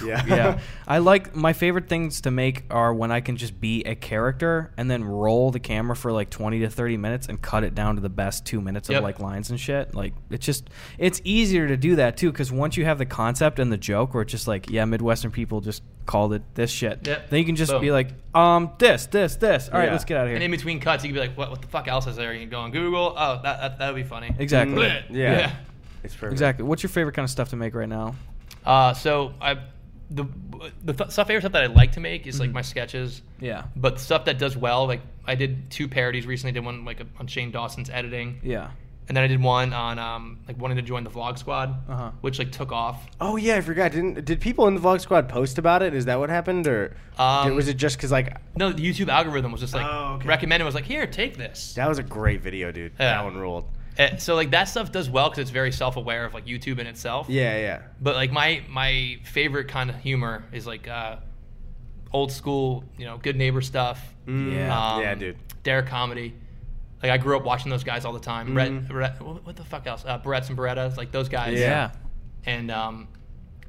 S1: Yeah, yeah,
S2: yeah. *laughs* I like my favorite things to make are when I can just be a character and then roll the camera for like 20 to 30 minutes and cut it down to the best 2 minutes
S3: Yep.
S2: of like lines and shit. Like it's just it's easier to do that too cuz once you have the concept and the joke where it's just like yeah, Midwestern people just called it this shit.
S3: Yep.
S2: Then you can just
S3: Boom.
S2: be like um this this this. All right,
S1: Yeah.
S2: let's get out of
S3: And
S2: here.
S3: in between cuts, you could be like, "What? What the fuck else is there?" You can go on Google. Oh, that that, that would be funny.
S2: exactly.
S3: Bleh.
S1: Yeah. *laughs* it's perfect.
S2: Exactly. What's your favorite kind of stuff to make right now?
S3: Uh, so I, the the th- stuff favorite stuff that I like to make is
S2: Mm-hmm.
S3: like my sketches.
S2: Yeah.
S3: But stuff that does well, like I did two parodies recently. Did one like on Shane Dawson's editing,
S2: Yeah.
S3: and then I did one on um like wanting to join the vlog squad,
S2: Uh-huh.
S3: which like took off.
S1: Oh yeah, I forgot. Didn't did people in the vlog squad post about it? Is that what happened, or
S3: Um,
S1: did- was it just because like
S3: No, the YouTube algorithm was just like
S1: Oh, okay.
S3: recommended. Was like, here, take this.
S1: that was a great video, dude.
S3: Yeah.
S1: That one ruled.
S3: Uh, so like that stuff does well because it's very self-aware of like YouTube in itself.
S1: Yeah, yeah.
S3: But like my my favorite kind of humor is like uh, old school, you know, good neighbor stuff. Um,
S1: Mm,
S2: Yeah.
S1: yeah, dude.
S3: Dare comedy. Like I grew up watching those guys all the time. Brett, Brett what what the fuck else? Uh, Barrettes and Berettas, like those guys.
S1: Yeah.
S2: yeah.
S3: And um,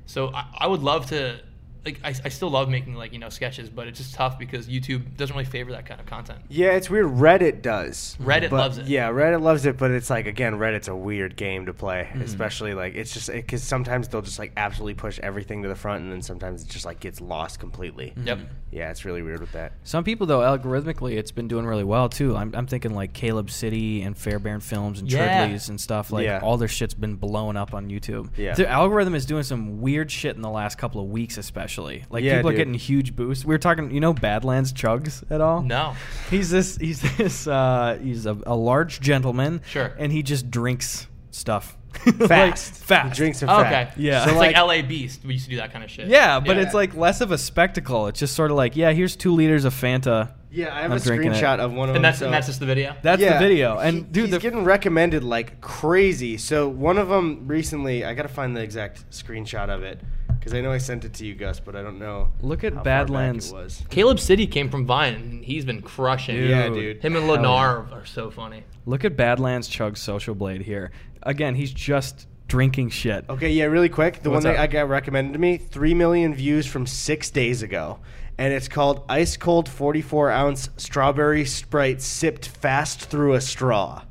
S3: so I, I would love to like I, I still love making like you know sketches, but it's just tough because YouTube doesn't really favor that kind of content.
S1: Yeah, it's weird. Reddit does.
S3: Reddit
S1: But-
S3: loves it.
S1: Yeah, Reddit loves it, but it's like again, Reddit's a weird game to play,
S3: Mm-hmm.
S1: especially like it's just because sometimes they'll just like absolutely push everything to the front, and then sometimes it just like gets lost completely.
S3: Yep.
S1: Yeah, it's really weird with that.
S2: Some people though, algorithmically, it's been doing really well too. I'm, I'm thinking like Caleb City and Fairbairn Films and
S3: Yeah.
S2: Tridley's and stuff. Like
S1: Yeah.
S2: all their shit's been blown up on YouTube.
S1: Yeah.
S2: Their algorithm is doing some weird shit in the last couple of weeks, especially. Like
S1: Yeah,
S2: people
S1: dude.
S2: are getting huge boosts. We were talking, you know, Badlands Chugs at all?
S3: No.
S2: He's this. He's this. Uh, he's a, a large gentleman.
S3: Sure.
S2: And he just drinks stuff *laughs* Like,
S1: Fast,
S2: fast.
S1: He drinks it
S3: Oh, okay.
S1: fast.
S2: Yeah.
S3: So
S2: So
S3: it's like,
S1: like-
S3: LA Beast. We used to do that kind of shit.
S2: Yeah, but it's like less of a spectacle. It's just sort of like, yeah, here's two liters of Fanta.
S1: Yeah, I have
S2: I'm
S1: a
S2: drinking it.
S1: screenshot of one of them.
S3: and that's
S1: so-
S3: and that's just the video.
S2: That's
S1: Yeah.
S2: the video. And
S1: He-
S2: dude,
S1: he's
S2: the,
S1: getting recommended like crazy. So one of them recently, I gotta find the exact screenshot of it because I know I sent it to you, Gus, but I don't know.
S2: Look at
S1: how far back
S2: Badlands.
S1: It was.
S3: Caleb City came from Vine. and He's been crushing.
S2: Dude.
S1: Yeah, dude.
S3: Him and
S2: Hell
S3: Lenar are so funny.
S2: look at Badlands Chug's social blade here. Again, he's just drinking shit.
S1: Okay, yeah, really quick. The
S2: What's
S1: one that
S2: up?
S1: I got recommended to me, three million views from six days ago, and it's called "Ice Cold 44 Ounce Strawberry Sprite Sipped Fast Through a Straw,"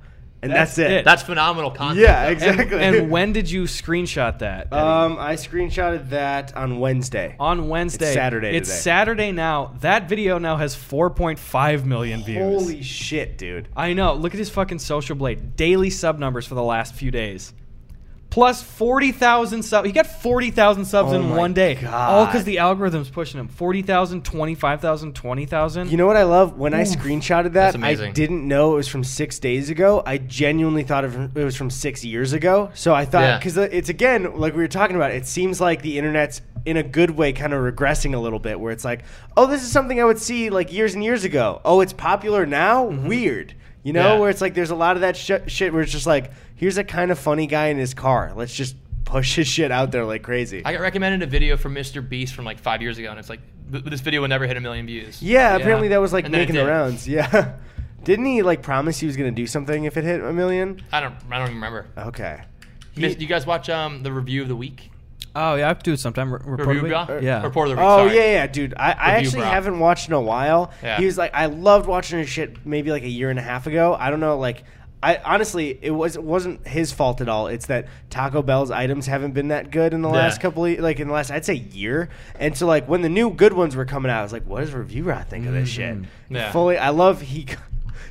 S1: and that's,
S2: That's
S1: it.
S2: it.
S3: That's phenomenal content.
S1: Yeah,
S3: though.
S2: And,
S1: *laughs* exactly.
S2: and when did you screenshot that?
S1: um, I screenshotted that on Wednesday.
S2: on Wednesday.
S1: It's Saturday
S2: It's
S1: today.
S2: Saturday now. That video now has 4.5 million views.
S1: Holy shit, dude!
S2: I know. Look at his fucking social blade. Daily sub numbers for the last few days. Plus 40,000 subs. He got 40,000 subs
S1: Oh
S2: in
S1: my
S2: one day.
S1: God.
S2: All because the algorithm's pushing him. 40,000, 25,000, 20,000.
S1: You know what I love? When I screenshotted that,
S3: That's
S1: I
S3: amazing.
S1: didn't know it was from six days ago. I genuinely thought it it was from six years ago. So I thought,
S3: Yeah.
S1: because it's again, like we were talking about, it seems like the internet's in a good way kind of regressing a little bit where it's like, oh, this is something I would see like years and years ago. Oh, it's popular now? Weird. You know,
S3: Yeah.
S1: where it's like there's a lot of that sh- shit where it's just like, here's a kind of funny guy in his car. Let's just push *laughs* his shit out there like crazy.
S3: I got recommended a video from Mr. Beast from like five years ago, and it's like th- this video would never hit a million views.
S1: Yeah, apparently that was like
S3: And then it
S1: making the
S3: did.
S1: rounds. *laughs* Yeah. Didn't he like promise he was going to do something if it hit a million?
S3: I don't. I don't even remember.
S1: Okay.
S3: Miss- do you guys watch um, the review of the week?
S2: oh, yeah, I have to do it sometime. Re- report
S3: Review
S2: of it?
S3: bra?
S2: Yeah.
S3: Report of the week.
S1: Oh
S3: sorry.
S1: yeah, yeah, dude. I, I
S3: Review
S1: actually
S3: Brock.
S1: haven't watched in a while.
S3: Yeah.
S1: He was like, I loved watching his shit maybe like a year and a half ago. I don't know, like. I, honestly, it was it wasn't his fault at all. It's that Taco Bell's items haven't been that good in the
S3: Yeah.
S1: last couple, of, like in the last I'd say year. And so like when the new good ones were coming out, I was like, what does Review Rod think of this shit?
S3: Mm. Yeah.
S1: Fully, I love he *laughs*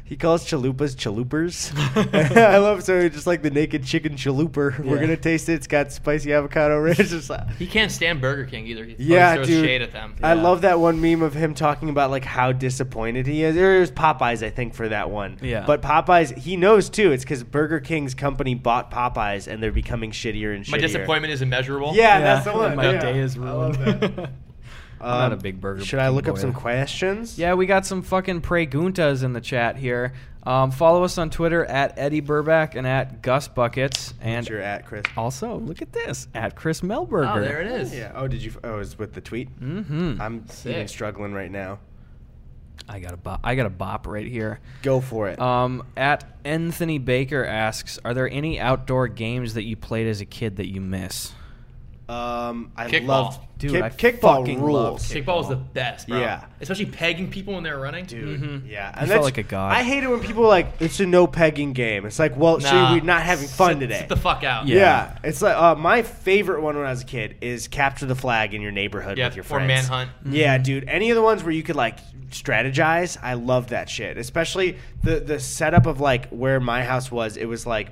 S1: he calls chalupas
S3: *laughs*
S1: chalupers. *laughs* I love so just like the naked chicken chaluper. We're
S2: Yeah.
S1: gonna taste it. It's got spicy avocado ranch. *laughs* It's just like,
S3: He can't stand Burger King either. He
S1: yeah,
S3: always throws
S1: dude.
S3: shade at them.
S1: I
S2: Yeah.
S1: love that one meme of him talking about like how disappointed he is. There was Popeyes, I think, for that one.
S2: Yeah.
S1: But Popeyes, he knows too. It's because Burger King's company bought Popeyes, and they're becoming shittier and shittier.
S3: My disappointment is immeasurable.
S1: Yeah, that's the one.
S2: My
S1: yeah.
S2: day is
S1: I love
S2: ruined. *laughs*
S1: that.
S2: I'm not
S1: Um,
S2: a big burger.
S1: Should I
S2: King
S1: look up
S2: boy.
S1: some questions?
S2: Yeah, we got some fucking preguntas in the chat here. Um, follow us on Twitter at Eddie Burback and at Gus Buckets. And
S1: You're at Chris.
S2: also, look at this at Chris Melberger.
S3: Oh, there it is.
S1: Yeah. Oh, did you? Oh, it was with the tweet.
S2: Mm-hmm.
S1: I'm
S3: Sick.
S1: even struggling right now.
S2: I got a bop. I got a bop right here.
S1: Go for it.
S2: Um, at Anthony Baker asks, are there any outdoor games that you played as a kid that you miss?
S1: Um, I
S3: Kickball.
S1: love
S2: Dude, I
S1: kickball
S2: fucking
S1: rules.
S2: love kick-
S3: Kickball is the best, bro.
S1: Yeah.
S3: Especially pegging people when they're running.
S1: dude.
S3: Mm-hmm.
S1: Yeah,
S2: felt
S1: that's-
S2: like a god.
S1: I hate it when people are like it's a no pegging game. It's like, well,
S3: Nah.
S1: see, we're not having fun
S3: Sit-
S1: today.
S3: Sit the fuck out.
S1: yeah.
S2: Yeah.
S1: it's like uh, my favorite one when I was a kid is capture the flag in your neighborhood
S3: Yeah,
S1: with your
S3: or
S1: friends.
S3: manhunt.
S1: Yeah, dude. Any of the ones where you could like strategize, I love that shit. Especially the the setup of like where my house was. It was like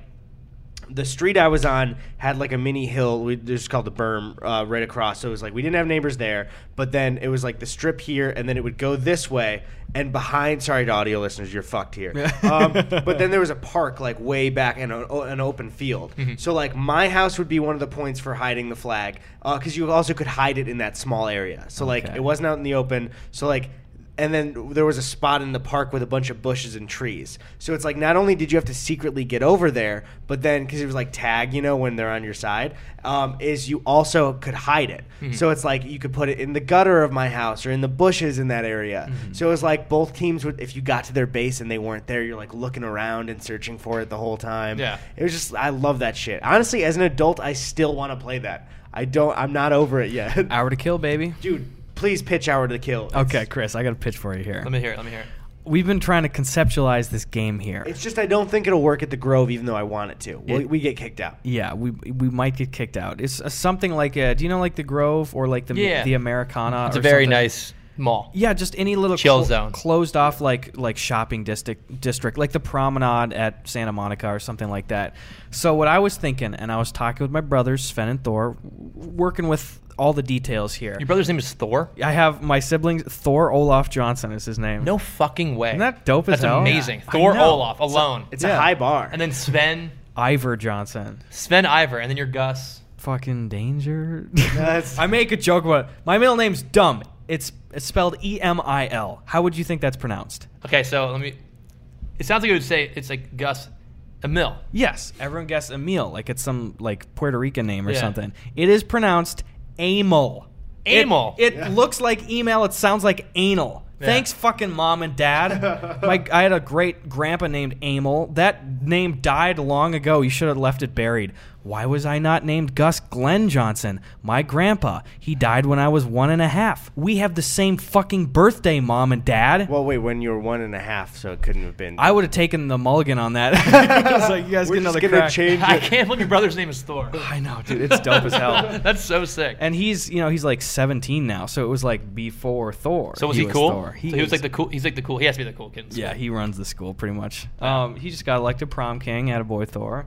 S1: the street I was on had like a mini hill. We just called the berm uh, right across. So it was like we didn't have neighbors there, but then it was like the strip here, and then it would go this way and behind. Sorry to audio listeners, you're fucked here. um, but then there was a park like way back and a- o- an open field. So like my house would be one of the points for hiding the uh, flag because you also could hide it in that small area. So like
S2: Okay.
S1: it wasn't out in the open. So like and then there was a spot in the park with a bunch of bushes and trees. So it's like not only did you have to secretly get over there, but then because it was like tag, you know, when they're on your side, um, is you also could hide it. So it's like you could put it in the gutter of my house or in the bushes in that area. So it was like both teams would, if you got to their base and they weren't there, you're like looking around and searching for it the whole time.
S3: Yeah.
S1: it was just I love that shit. Honestly, as an adult, I still want to play that. I don't. I'm not over it
S2: *laughs*
S1: yet,
S2: Hour to kill, baby.
S1: dude. Please pitch hour to the kill. It's-
S2: Okay, Chris, I got a pitch for you here.
S3: Let me hear it. Let me hear it.
S2: We've been trying to conceptualize this game here.
S1: It's just I don't think it'll work at the Grove, even though I want it to. We,
S2: It-
S1: we get kicked out.
S2: yeah, we we might get kicked out. It's uh something like a, do you know like the Grove or like the
S3: Yeah.
S2: the Americana?
S3: It's
S2: Uh, or
S3: a very
S2: something?
S3: nice mall.
S2: Yeah, just any little
S3: Chill zone.
S2: closed off like like shopping district district, like the promenade at Santa Monica or something like that. So what I was thinking, and I was talking with my brothers Sven and Thor, w- working with all the details here.
S3: Your brother's name is Thor.
S2: I have my siblings. Thor Olaf Johnson is his name.
S3: No fucking way.
S2: Isn't that dope as
S3: That's
S2: hell?
S3: amazing.
S2: Yeah. I
S3: Thor
S2: know.
S3: Olaf alone,
S1: It's
S2: Yeah.
S1: a high bar.
S3: and then Sven,
S2: Ivor Johnson.
S3: Sven Ivor, and then your Gus.
S2: Fucking danger.
S1: That's-
S2: *laughs* I make a joke about my middle name's dumb. It's, it's spelled E M I L. How would you think that's pronounced?
S3: Okay, so let me. It sounds like it would say it's like Gus, Emil.
S2: *laughs* Yes, everyone guessed Emil, like it's some like Puerto Rican name or
S3: Yeah.
S2: something. It is pronounced Amel. It-
S3: Amel.
S2: It, looks like email. It sounds like anal.
S3: Yeah.
S2: Thanks, fucking mom
S1: *laughs*
S2: and dad. My, I had a great grandpa named Amel. That name died long ago. You should have left it buried. Why was I not named Gus Glenn Johnson? My grandpa. He died when I was one and a half. We have the same fucking birthday, mom and dad.
S1: well, wait, when you were one and a half, so it couldn't have been.
S2: I would have taken the mulligan
S1: *laughs*
S2: on that. *laughs* I was like, you guys
S1: We're
S2: get
S1: just
S2: another
S1: gonna
S2: crack. *laughs*
S1: change
S3: I
S1: it.
S3: can't believe your brother's name is Thor.
S2: I know, dude. It's dope as hell. *laughs*
S3: *laughs* That's so sick.
S2: And he's, you know, he's like 17 now, so it was like before Thor.
S3: so was he, cool?
S2: Thor.
S3: so he was like the cool. He's like the cool. He has to be the cool kid. in school.
S2: yeah, he runs the school pretty much. Um, he just got elected prom king, at a boy Thor.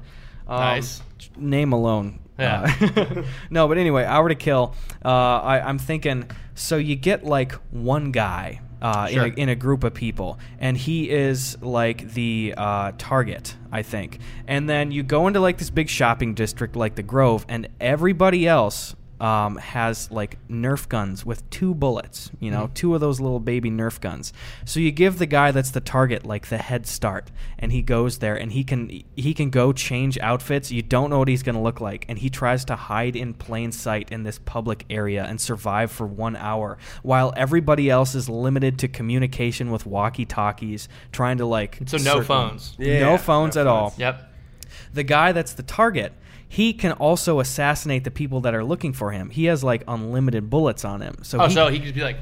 S2: Um,
S3: Nice.
S2: Name alone.
S3: Yeah.
S1: *laughs*
S2: Uh, *laughs* no, but anyway, hour to kill. Uh, I, I'm thinking. So you get like one guy. Uh,
S3: Sure.
S2: in, a, in a group of people, and he is like the uh, target, I think. And then you go into like this big shopping district, like the Grove, and everybody else um, has like Nerf guns with two bullets, you know, two of those little baby Nerf guns. So you give the guy that's the target like the head start, and he goes there, and he can he can go change outfits. You don't know what he's going to look like, and he tries to hide in plain sight in this public area and survive for one hour, while everybody else is limited to communication with walkie talkies, trying to like
S3: So no
S2: circle-
S3: phones.
S1: Yeah,
S2: no phones
S1: no
S2: at all
S1: phones.
S3: Yep.
S2: the guy that's the target he can also assassinate the people that are looking for him he has like unlimited bullets on him so,
S3: Oh,
S2: he,
S3: so he could just be like,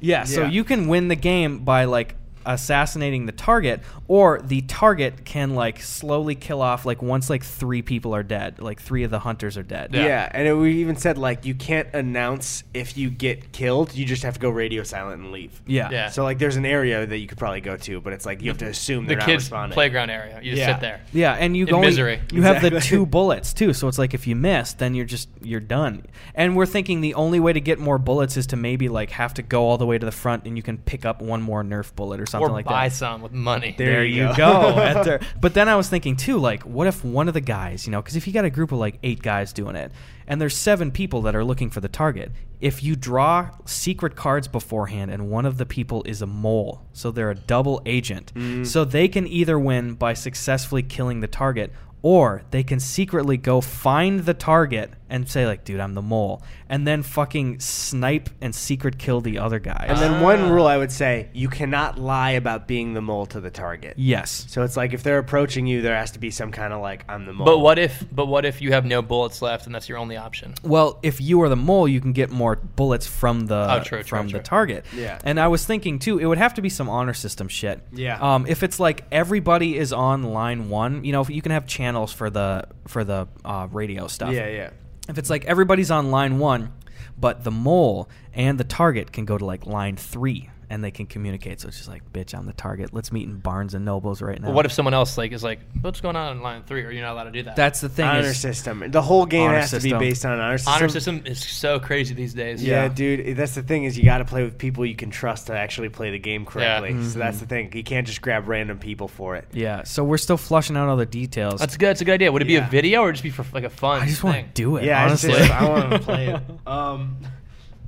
S2: yeah, so
S1: Yeah.
S2: you can win the game by like assassinating the target or the target can like slowly kill off like once like three people are dead like three of the hunters are dead
S1: Yeah,
S3: Yeah.
S1: and it, we even said like you can't announce if you get killed. You just have to go radio silent and leave.
S2: yeah,
S3: Yeah.
S1: So like, there's an area that you could probably go to, but it's like you have to assume
S3: the
S1: they're
S3: kids'
S1: not responding.
S3: playground area. You just
S1: Yeah.
S3: sit there.
S2: Yeah, and you
S3: In
S2: go only-
S3: misery.
S2: You have the
S1: Exactly.
S2: two bullets too, so it's like if you miss, then you're just you're done. And we're thinking the only way to get more bullets is to maybe like have to go all the way to the front, and you can pick up one more Nerf bullet or something
S3: or
S2: like
S3: buy
S2: that.
S3: some with money.
S1: There
S2: There
S1: you go. *laughs*
S2: you go. At there- But then I was thinking too, like, what if one of the guys, you know, because if you got a group of like eight guys doing it, and there's seven people that are looking for the target, if you draw secret cards beforehand and one of the people is a mole, so they're a double agent,
S1: Mm.
S2: so they can either win by successfully killing the target. Or they can secretly go find the target and say, like, dude, I'm the mole. And then fucking snipe and secret kill the other guys.
S1: And then one rule I would say you cannot lie about being the mole to the target.
S2: yes.
S1: So it's like if they're approaching you, there has to be some kind of like I'm the mole.
S3: But what if? But what if you have no bullets left and that's your only option?
S2: Well, if you are the mole, you can get more bullets from the
S3: Oh, true, true,
S2: from
S3: true.
S2: the target.
S1: Yeah.
S2: And I was thinking too, it would have to be some honor system shit.
S1: Yeah.
S2: Um, if it's like everybody is on line one, you know, if you can have channels for the for the uh, radio stuff.
S1: Yeah, yeah.
S2: If it's like everybody's on line one, but the mole and the target can go to like line three and they can communicate. So it's just like, bitch, I'm the target. Let's meet in Barnes and Nobles right now.
S3: What if someone else like is like, what's going on in line three? Or you're not allowed to do that.
S2: that's the thing?
S1: honor
S2: is-
S1: system. The whole game
S2: Honor
S1: has to
S2: system.
S1: be based on honor system.
S3: honor system is so crazy these days.
S1: Yeah, dude, that's the thing is you got to play with people you can trust to actually play the game correctly. So that's the thing. You can't just grab random people for it.
S2: Mm-hmm. yeah. So we're still flushing out all the details.
S3: That's good. That's a good idea. Would it be
S1: Yeah.
S3: a video or just be for like a fun?
S2: I just *laughs*
S3: thing?
S2: want to do it.
S1: yeah,
S2: honestly.
S1: I, just, I want to play it. *laughs* Um,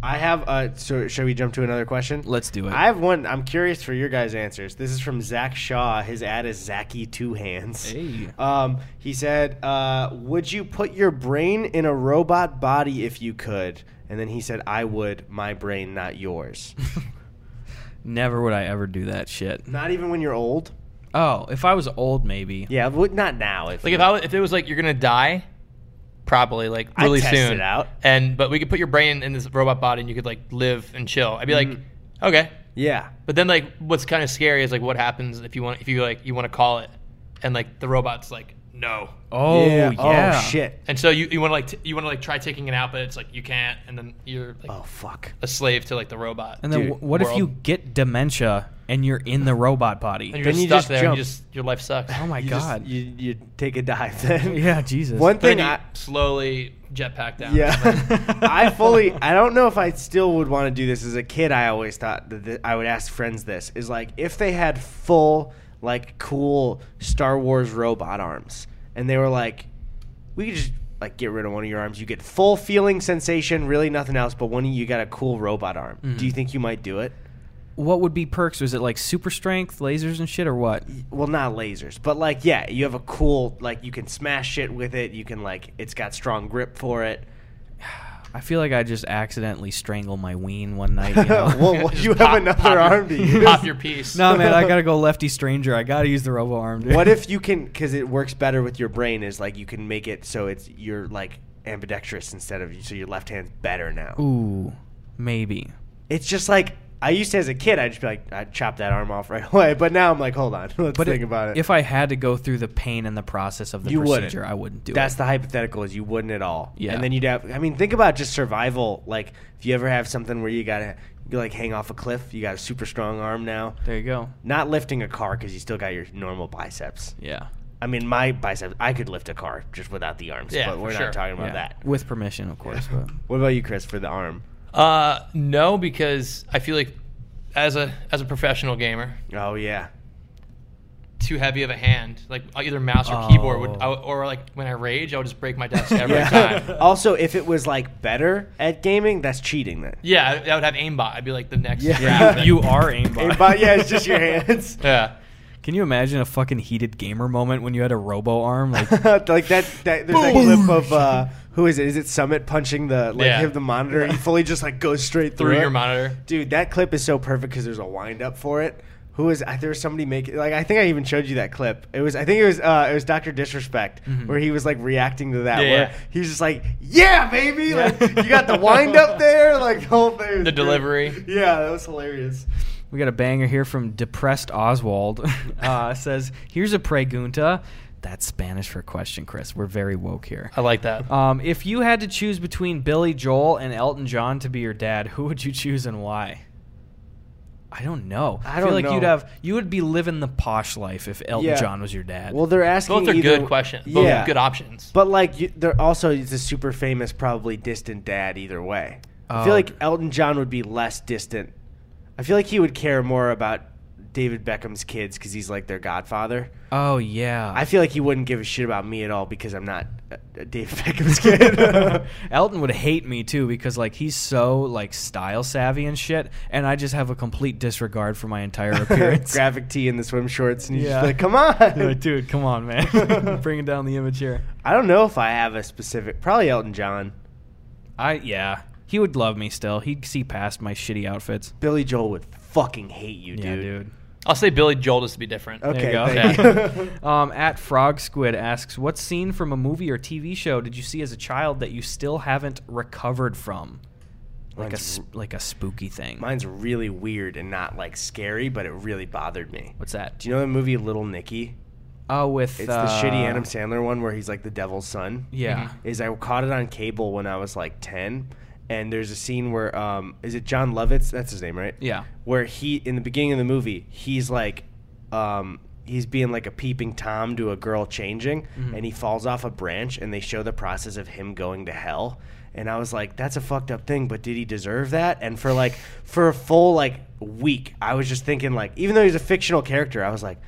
S1: I have. Uh, so should we jump to another question?
S2: Let's do it.
S1: I have one. I'm curious for your guys' answers. This is from Zach Shaw. His ad is Zachy Two Hands.
S2: Hey.
S1: Um, he said, uh, "Would you put your brain in a robot body if you could?" And then he said, "I would. My brain, not
S2: *laughs*
S1: yours.
S2: Never would I ever do that shit.
S1: not even when you're old.
S2: Oh, if I was old, maybe.
S1: Yeah, but not now. If
S3: Like if I was- if it was like you're gonna die, probably like
S1: I'd
S3: really
S1: test
S3: soon.
S1: it out.
S3: And but we could put your brain in this robot body and you could like live and chill. I'd be like,
S1: Mm-hmm.
S3: okay.
S1: yeah,
S3: But then like what's kind of scary is like what happens if you want if you like you want to call it and like the robot's like no.
S2: Oh yeah.
S1: oh shit,
S3: And so you, you want to like t- you want to like try taking it out, but it's like you can't, and then you're like
S1: oh fuck.
S3: a slave to like the robot.
S2: And then
S1: Dude,
S2: wh- what if you get dementia and you're in the robot
S3: and
S2: body?
S3: you're
S1: Then you
S3: stuck
S1: just
S3: there, and
S1: jump.
S3: you just your life sucks.
S2: *laughs* Oh my
S1: You just-
S2: god.
S1: you you take a dive then.
S2: *laughs* yeah, Jesus.
S1: One
S3: But then
S1: thing
S3: you
S1: I
S3: slowly jetpack down.
S1: Yeah, I fully. I don't know if I still would want to do this. As a kid, I always thought that th- I would ask friends this: is like if they had full, like, cool Star Wars robot arms, and they were like, we could just like get rid of one of your arms. You get full feeling sensation, really nothing else. But one, of you got a cool robot arm. Do you think you might do it?
S2: What would be perks? Was it like super strength, lasers and shit, or what?
S1: well not lasers but like yeah you have a cool like you can smash shit with it you can like it's got strong grip for it
S2: I feel like I just accidentally strangled my
S1: *laughs*
S2: ween one night. You know?
S1: well,
S2: *laughs*
S1: well,
S3: Just
S1: you
S3: pop-
S1: have another
S3: pop your-
S1: arm
S3: *laughs*
S1: to use
S3: Pop your piece.
S2: no, man, I gotta go lefty stranger. I gotta use the robo arm. Dude. *laughs*
S1: what if you can because it works better with your brain is like you can make it so it's you're like ambidextrous instead of so your left hand's better now
S2: Ooh, maybe.
S1: it's just like i used to as a kid i'd just be like i'd chop that arm off *laughs* right away but now i'm like hold on *laughs* let's
S2: But
S1: think
S2: i-
S1: about it
S2: If I had to go through the pain and the process of the
S1: You wouldn't.
S2: procedure, I wouldn't do
S1: That's
S2: it.
S1: the hypothetical is you wouldn't at all.
S2: Yeah.
S1: And then you'd have I mean, think about just survival. Like if you ever have something where you gotta you like hang off a cliff, you got a super strong arm now.
S2: there you go.
S1: Not lifting a car because you still got your normal biceps.
S2: Yeah.
S1: I mean, my biceps, I could lift a car just without the arms,
S3: Yeah,
S1: but we're not
S3: for sure.
S1: talking about
S2: yeah.
S1: that.
S2: With permission, of course. But.
S1: What about you, Chris, for the arm?
S3: Uh, no, because I feel like as a as a professional gamer,
S1: Oh, yeah.
S3: too heavy of a hand, like uh, either mouse or keyboard would, I
S2: Oh.
S3: would- or like when I rage, I would just break my desk every
S1: Yeah.
S3: time.
S1: *laughs* also, if it was like better at gaming, that's cheating then.
S3: Yeah, I, I would have aimbot. I'd be like the
S1: *laughs*
S3: next.
S1: Yeah.
S3: round.
S2: you are aimbot.
S1: But yeah, it's just your hands. *laughs*
S3: yeah.
S2: Can you imagine a fucking heated gamer moment when you had a robo arm?
S1: *laughs*
S2: Like,
S1: like that, that there's that clip of uh, who is it? Is it Summit punching the like
S3: Yeah.
S1: him the monitor? and He fully just like goes straight through,
S3: through
S1: it.
S3: your monitor.
S1: Dude, that clip is so perfect because there's a wind up for it. Who is I, there? Was somebody making like I think I even showed you that clip. It was I think it was uh, it was Doctor Disrespect where he was like reacting to that.
S3: Mm-hmm. Yeah,
S1: where
S3: yeah.
S1: he was just like, "Yeah, baby, like you got the wind
S3: *laughs*
S1: up there, like the whole thing." It was
S3: The
S1: great.
S3: delivery.
S1: Yeah, that was hilarious.
S2: we got a banger here from Depressed
S1: *laughs*
S2: Oswald. uh, says, here's a pregunta. That's Spanish for question, Chris. We're very woke here.
S3: I like that.
S1: Uh,
S2: Um, if you had to choose between Billy Joel and Elton John to be your dad, who would you choose and why? I don't know.
S1: I
S2: feel
S1: don't
S2: like you'd
S1: know.
S2: have you would be living the posh life if Elton
S1: Yeah.
S2: John was your dad.
S1: Well, they're asking.
S3: Both are
S1: either-
S3: good questions. Both
S1: Yeah,
S3: good options.
S1: But like, you, they're also it's a super famous, probably distant dad either way. I feel
S2: Oh.
S1: like Elton John would be less distant. I feel like he would care more about David Beckham's kids because he's like their godfather.
S2: oh yeah.
S1: I feel like he wouldn't give a shit about me at all because I'm not uh, David *laughs* Beckham's kid.
S2: *laughs* Elton would hate me too because like he's so like style savvy and shit, and I just have a complete disregard for
S1: *laughs*
S2: my entire appearance. *laughs*
S1: Graphic tee and the swim shorts, and he's
S2: Yeah.
S1: just like, "Come on,
S2: You're *laughs* like, dude, come
S1: *laughs*
S2: on, man, bringing down the image here.
S1: I don't know if I have a specific. Probably Elton John.
S2: I yeah, he would love me still. He'd see past my shitty outfits.
S1: Billy Joel would fucking hate you,
S2: Yeah,
S1: dude.
S2: dude.
S3: I'll say Billy Joel just to be different.
S1: Okay,
S2: There you go.
S1: thank
S3: Yeah.
S1: you.
S2: *laughs* Um, at Frog Squid asks, what scene from a movie or TV show did you see as a child that you still haven't recovered from? Like a
S1: Mine's-
S2: sp- like a spooky thing.
S1: Mine's really weird and not like scary, but it really bothered me.
S2: What's that?
S1: Do you know the movie Little Nicky?
S2: Oh, with
S1: It's
S2: uh,
S1: the shitty Adam Sandler one where he's like the devil's son.
S2: Yeah.
S1: Is I caught it on cable when I was like 10. And there's a scene where, um, is it John Lovitz? That's his name, right?
S2: Yeah.
S1: Where he, in the beginning of the movie, he's like, um, he's being like a peeping Tom to a girl changing, and he falls off a branch, and they show the process of him going to hell. And I was like, that's a fucked up thing, but did he deserve that? And for like, for a full like week, I was just thinking, like, even though he's a fictional character, I was like,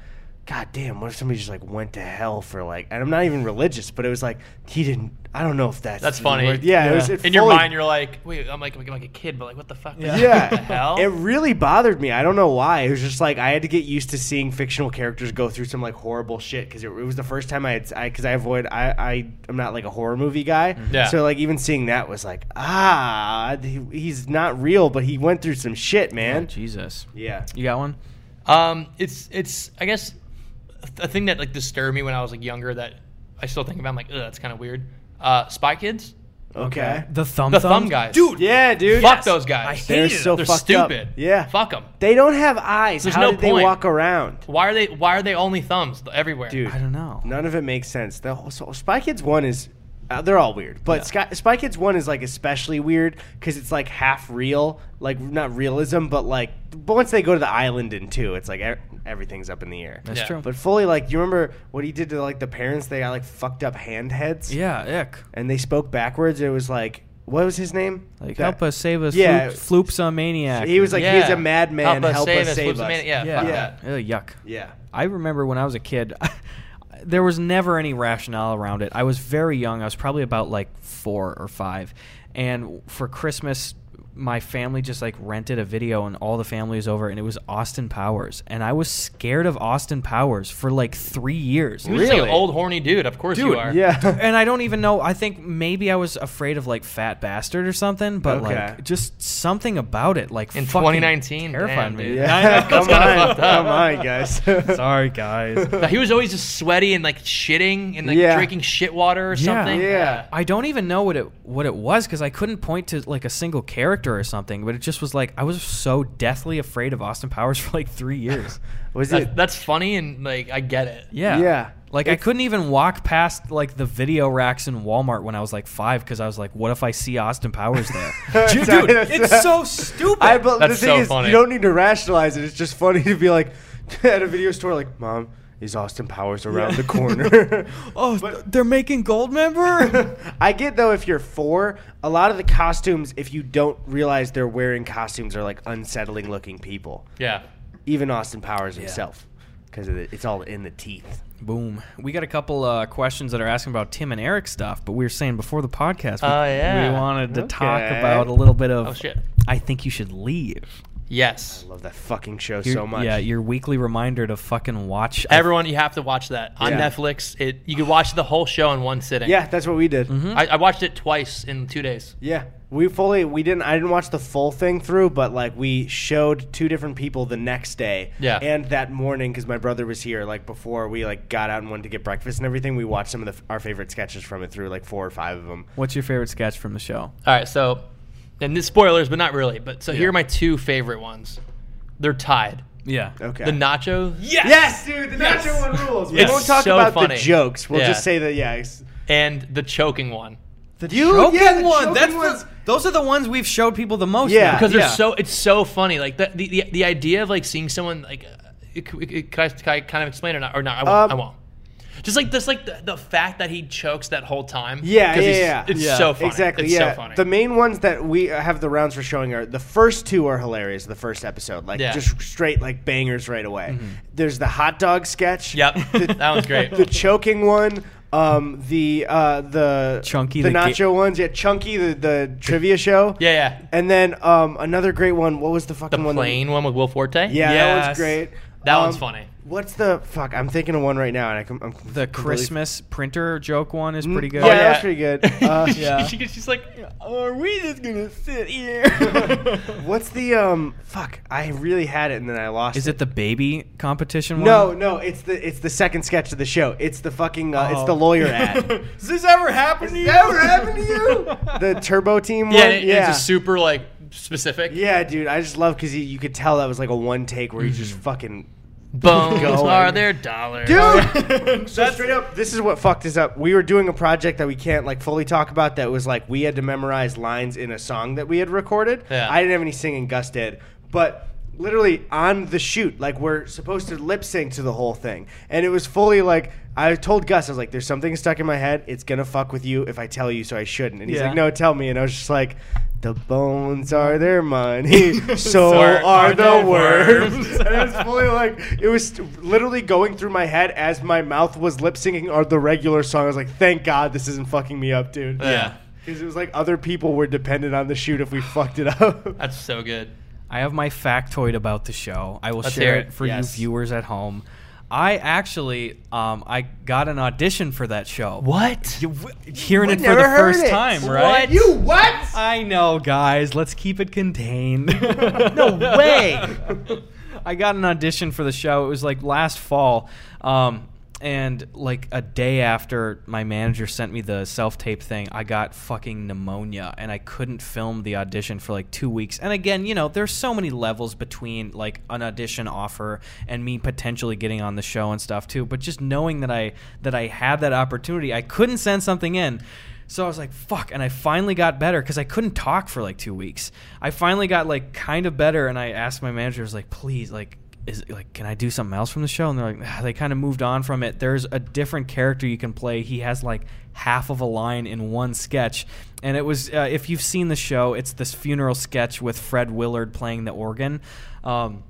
S1: God damn, what if somebody just like went to hell for like, and I'm not even religious, but it was like, he didn't, I don't know if that's.
S3: That's
S1: the
S3: funny.
S1: word. Yeah, It was,
S2: Yeah.
S1: it
S3: In your
S1: fully-
S3: mind, you're like, wait, I'm like, I'm like a kid, but like, what the fuck?
S2: Yeah.
S1: Yeah.
S3: What the hell?
S1: It really bothered me. I don't know why. It was just like I had to get used to seeing fictional characters go through some like horrible shit because it, it was the first time I had I because I avoid I I am not like a horror movie guy.
S3: Mm-hmm. Yeah.
S1: So like even seeing that was like ah he, he's not real, but he went through some shit, man.
S2: Oh, Jesus.
S1: Yeah.
S2: You got one?
S3: Um, it's it's I guess a thing that like disturbed me when I was like younger that I still think about. I'm like, ugh, that's kind of weird. Uh, Spy Kids,
S1: Okay.
S2: The thumb
S3: the
S2: thumbs?
S3: thumb guys,
S2: Dude.
S1: Yeah, dude.
S3: fuck those guys.
S2: I
S1: They're
S2: hated 'em.
S1: so
S3: They're
S1: fucked
S3: stupid.
S1: Up. Yeah.
S3: fuck them.
S1: They don't have eyes.
S3: There's
S1: How
S3: no
S1: did they
S3: point.
S1: walk around?
S3: Why are they Why are they only thumbs everywhere?
S1: Dude.
S2: I don't know.
S1: None of it makes sense. The whole, so Spy Kids one is uh, they're all weird, but Sky, Spy Kids one is like especially weird because it's like half real, like not realism, but like but once they go to the island in two, it's like e- everything's up in the air.
S2: That's
S3: Yeah.
S2: true.
S1: But fully, like you remember what he did to like the parents? They got like fucked up hand heads,
S2: *laughs* yeah, ick.
S1: and they spoke backwards. It was like what was his name?
S2: Like,
S1: That-
S2: help us, save us,
S1: Yeah.
S2: yeah. floop, some maniac.
S1: He was like
S3: Yeah.
S1: he's a madman. Help us, save,
S3: Whoops,
S1: us.
S3: man, Yeah,
S2: yeah.
S3: fuck
S1: Yeah.
S3: that.
S2: Ew, yuck.
S1: yeah.
S2: I remember when I was a kid, *laughs* there was never any rationale around it. I was very young. I was probably about like four or five. And for Christmas, my family just like rented a video and all the family was over and it was Austin Powers. And I was scared of Austin Powers for like three years.
S3: He was just, like an
S1: Really?
S3: old *laughs* horny dude. Of course you
S2: Dude,
S3: are.
S1: Yeah.
S2: *laughs* And I don't even know. I think maybe I was afraid of like fat bastard or something, but
S1: Okay.
S2: like just something about it, like
S3: In
S2: fucking
S3: 2019?
S2: terrified
S3: Damn,
S2: me.
S3: dude.
S1: Yeah,
S3: *laughs*
S1: come
S3: kinda
S1: on,
S3: fucked
S1: come
S3: up.
S1: on, guys.
S3: *laughs*
S2: Sorry, guys.
S3: Like, He was always just sweaty and like shitting and like
S1: Yeah.
S3: drinking shit water or something.
S1: Yeah.
S2: I don't even know what it what it was because I couldn't point to like a single character or something, but it just was like I was so deathly afraid of Austin Powers *laughs* for like
S1: *laughs*
S2: three years.
S1: Was
S3: That-
S1: it?
S3: that's funny and like I get it.
S2: Yeah,
S1: Yeah.
S2: Like I couldn't even walk past like the video racks in Walmart when I was like five because I was like, what if I see Austin Powers there?
S1: *laughs*
S2: Dude,
S1: Sorry, that's-
S2: it's so stupid.
S1: I but
S3: That's
S1: the thing
S3: so
S1: is,
S3: funny.
S1: you don't need to rationalize it. It's just funny to be like *laughs* at a video store, like, "Mom, is Austin Powers around the
S3: *laughs*
S1: corner?"
S2: oh, they're making
S1: *laughs*
S2: gold member.
S1: I get though, if you're four, a lot of the costumes, if you don't realize they're wearing costumes, are like unsettling looking people.
S3: Yeah.
S1: Even Austin Powers himself, because it's all in the teeth.
S2: Boom. We got a couple uh, questions that are asking about Tim and Eric stuff, but we were saying before the podcast, we,
S3: Oh, yeah.
S2: we wanted to talk
S1: Okay.
S2: about a little bit of.
S3: Oh shit.
S2: I think you should leave.
S3: Yes.
S1: Love that fucking show
S2: Your-
S1: so much.
S2: Yeah, your weekly reminder to fucking watch.
S3: Everyone, you have to watch that on
S1: Yeah.
S3: Netflix. It you can watch the whole show in one sitting.
S1: yeah, that's what we did.
S3: I, I watched it twice in two days.
S1: Yeah, we fully we didn't. I didn't watch the full thing through, but like we showed two different people the next day.
S3: Yeah.
S1: and that morning because my brother was here. Like before we like got out and went to get breakfast and everything, we watched some of the, our favorite sketches from it through, like four or five of them.
S2: What's your favorite sketch from the show?
S3: All right, so and this spoilers, but not really. But so here are my two favorite ones. They're tied.
S2: Yeah.
S1: Okay.
S3: The nachos.
S1: yes, yes, dude, the
S3: Yes!
S1: nacho one rules. We
S3: It's
S1: won't talk
S3: so
S1: about
S3: funny.
S1: the jokes. We'll
S3: Yeah.
S1: just say that. Yeah, it's-
S3: And the choking one.
S2: The
S1: You-
S2: choking
S1: yeah, the
S2: one.
S1: choking
S2: That's
S1: one's-
S2: the, those are the ones we've showed people the most.
S1: Yeah.
S2: now.
S3: Because they're
S2: Yeah.
S3: so it's so funny. Like the the, the, the idea of like seeing someone like uh, it, it, it- can, I, can I kind of explain it or not? Or not I won't.
S1: Um,
S3: I won't. Just like this, like the, the fact that he chokes that whole time.
S1: Yeah,
S3: 'Cause
S1: yeah,
S3: he's-
S1: yeah.
S3: It's
S2: Yeah.
S3: so funny.
S1: Exactly.
S3: It's
S1: yeah.
S3: so funny.
S1: The main ones that we have the rounds for showing are the first two are hilarious. The first episode, like
S3: Yeah. Mm-hmm.
S1: just straight like bangers right away. There's the hot dog sketch.
S3: yep.
S1: The-
S3: *laughs* that one's great.
S1: the choking one, um, the uh, the
S2: Chunky,
S1: the,
S2: the
S1: nacho
S2: ga-
S1: ones, yeah, chunky, the, the trivia show,
S3: yeah, yeah.
S1: and then um, another great one. What was the fucking
S3: The
S1: one? that-
S3: plane one with Will Forte.
S1: yeah, that
S2: Yes.
S1: one's great. Um,
S3: That one's funny.
S1: What's the fuck? I'm thinking of one right now, and I com- I'm
S2: the
S1: completely-
S2: Christmas printer joke one is pretty good.
S1: Yeah,
S3: Oh, yeah.
S1: that's pretty
S3: *laughs*
S1: good. Uh,
S2: Yeah.
S3: She- she's like, are we just gonna sit here?
S2: *laughs*
S1: What's the um? Fuck, I really had it, and then I lost.
S2: Is it the baby competition one?
S1: No, no, it's the it's the second sketch of the show. It's the fucking uh, it's
S2: Oh.
S1: the lawyer
S2: *laughs*
S1: ad.
S2: Has this ever happened to you?
S1: Never happened to
S2: *laughs*
S1: you. The Turbo Team
S3: yeah,
S1: one.
S3: it-
S1: yeah,
S3: it's a super like specific.
S1: Yeah, dude, I just love because you could tell that was like a one take where
S2: Mm-hmm.
S1: he's just fucking.
S3: Bones
S1: Going.
S3: are their dollars.
S1: Dude, so straight up, this is what fucked us up. We were doing a project that we can't like fully talk about. That was like we had to memorize lines in a song that we had recorded.
S3: Yeah.
S1: I didn't have any singing. Gus did, but literally on the shoot. Like we're supposed to lip sync to the whole thing, and it was fully like I told Gus, I was like, "There's something stuck in my head. It's gonna fuck with you if I tell you, so I shouldn't." And he's
S2: Yeah.
S1: like, "No, tell me." And I was just like. The bones are their money, so,
S3: are-
S1: are,
S3: are
S1: the
S3: the
S1: worms.
S3: worms.
S1: and it was fully like it was st- literally going through my head as my mouth was lip syncing or the regular song. I was like, "Thank God this isn't fucking me up, dude."
S3: Yeah.
S1: Because it was like other people were dependent on the shoot if we fucked it
S2: *laughs*
S1: up.
S3: That's so good.
S2: I have my factoid about the show. I will
S3: Let's
S2: share
S3: hear
S2: it,
S3: it.
S2: for
S1: Yes.
S2: you viewers at home. I actually, um, I got an audition for that show.
S3: What?
S2: You- w- hearing it for
S1: never
S2: the
S1: heard
S2: first
S1: it.
S2: time,
S3: What?
S2: right?
S1: You what?
S2: I know, guys. Let's keep it contained.
S3: No way.
S2: *laughs* I got an audition for the show. It was like last fall. Um, and like a day after my manager sent me the self tape thing, I got fucking pneumonia and I couldn't film the audition for like two weeks. And again, you know, there's so many levels between like an audition offer and me potentially getting on the show and stuff too. But just knowing that I that I had that opportunity, I couldn't send something in. So I was like, fuck. And I finally got better because I couldn't talk for like two weeks. I finally got like kind of better. And I asked my manager, I was like, please, like, is like, can I do something else from the show? And they're like, "Ah," they kind of moved on from it. There's a different character you can play. He has like half of a line in one sketch. And it was, uh, if you've seen the show, it's this funeral sketch with Fred Willard playing the organ. Um,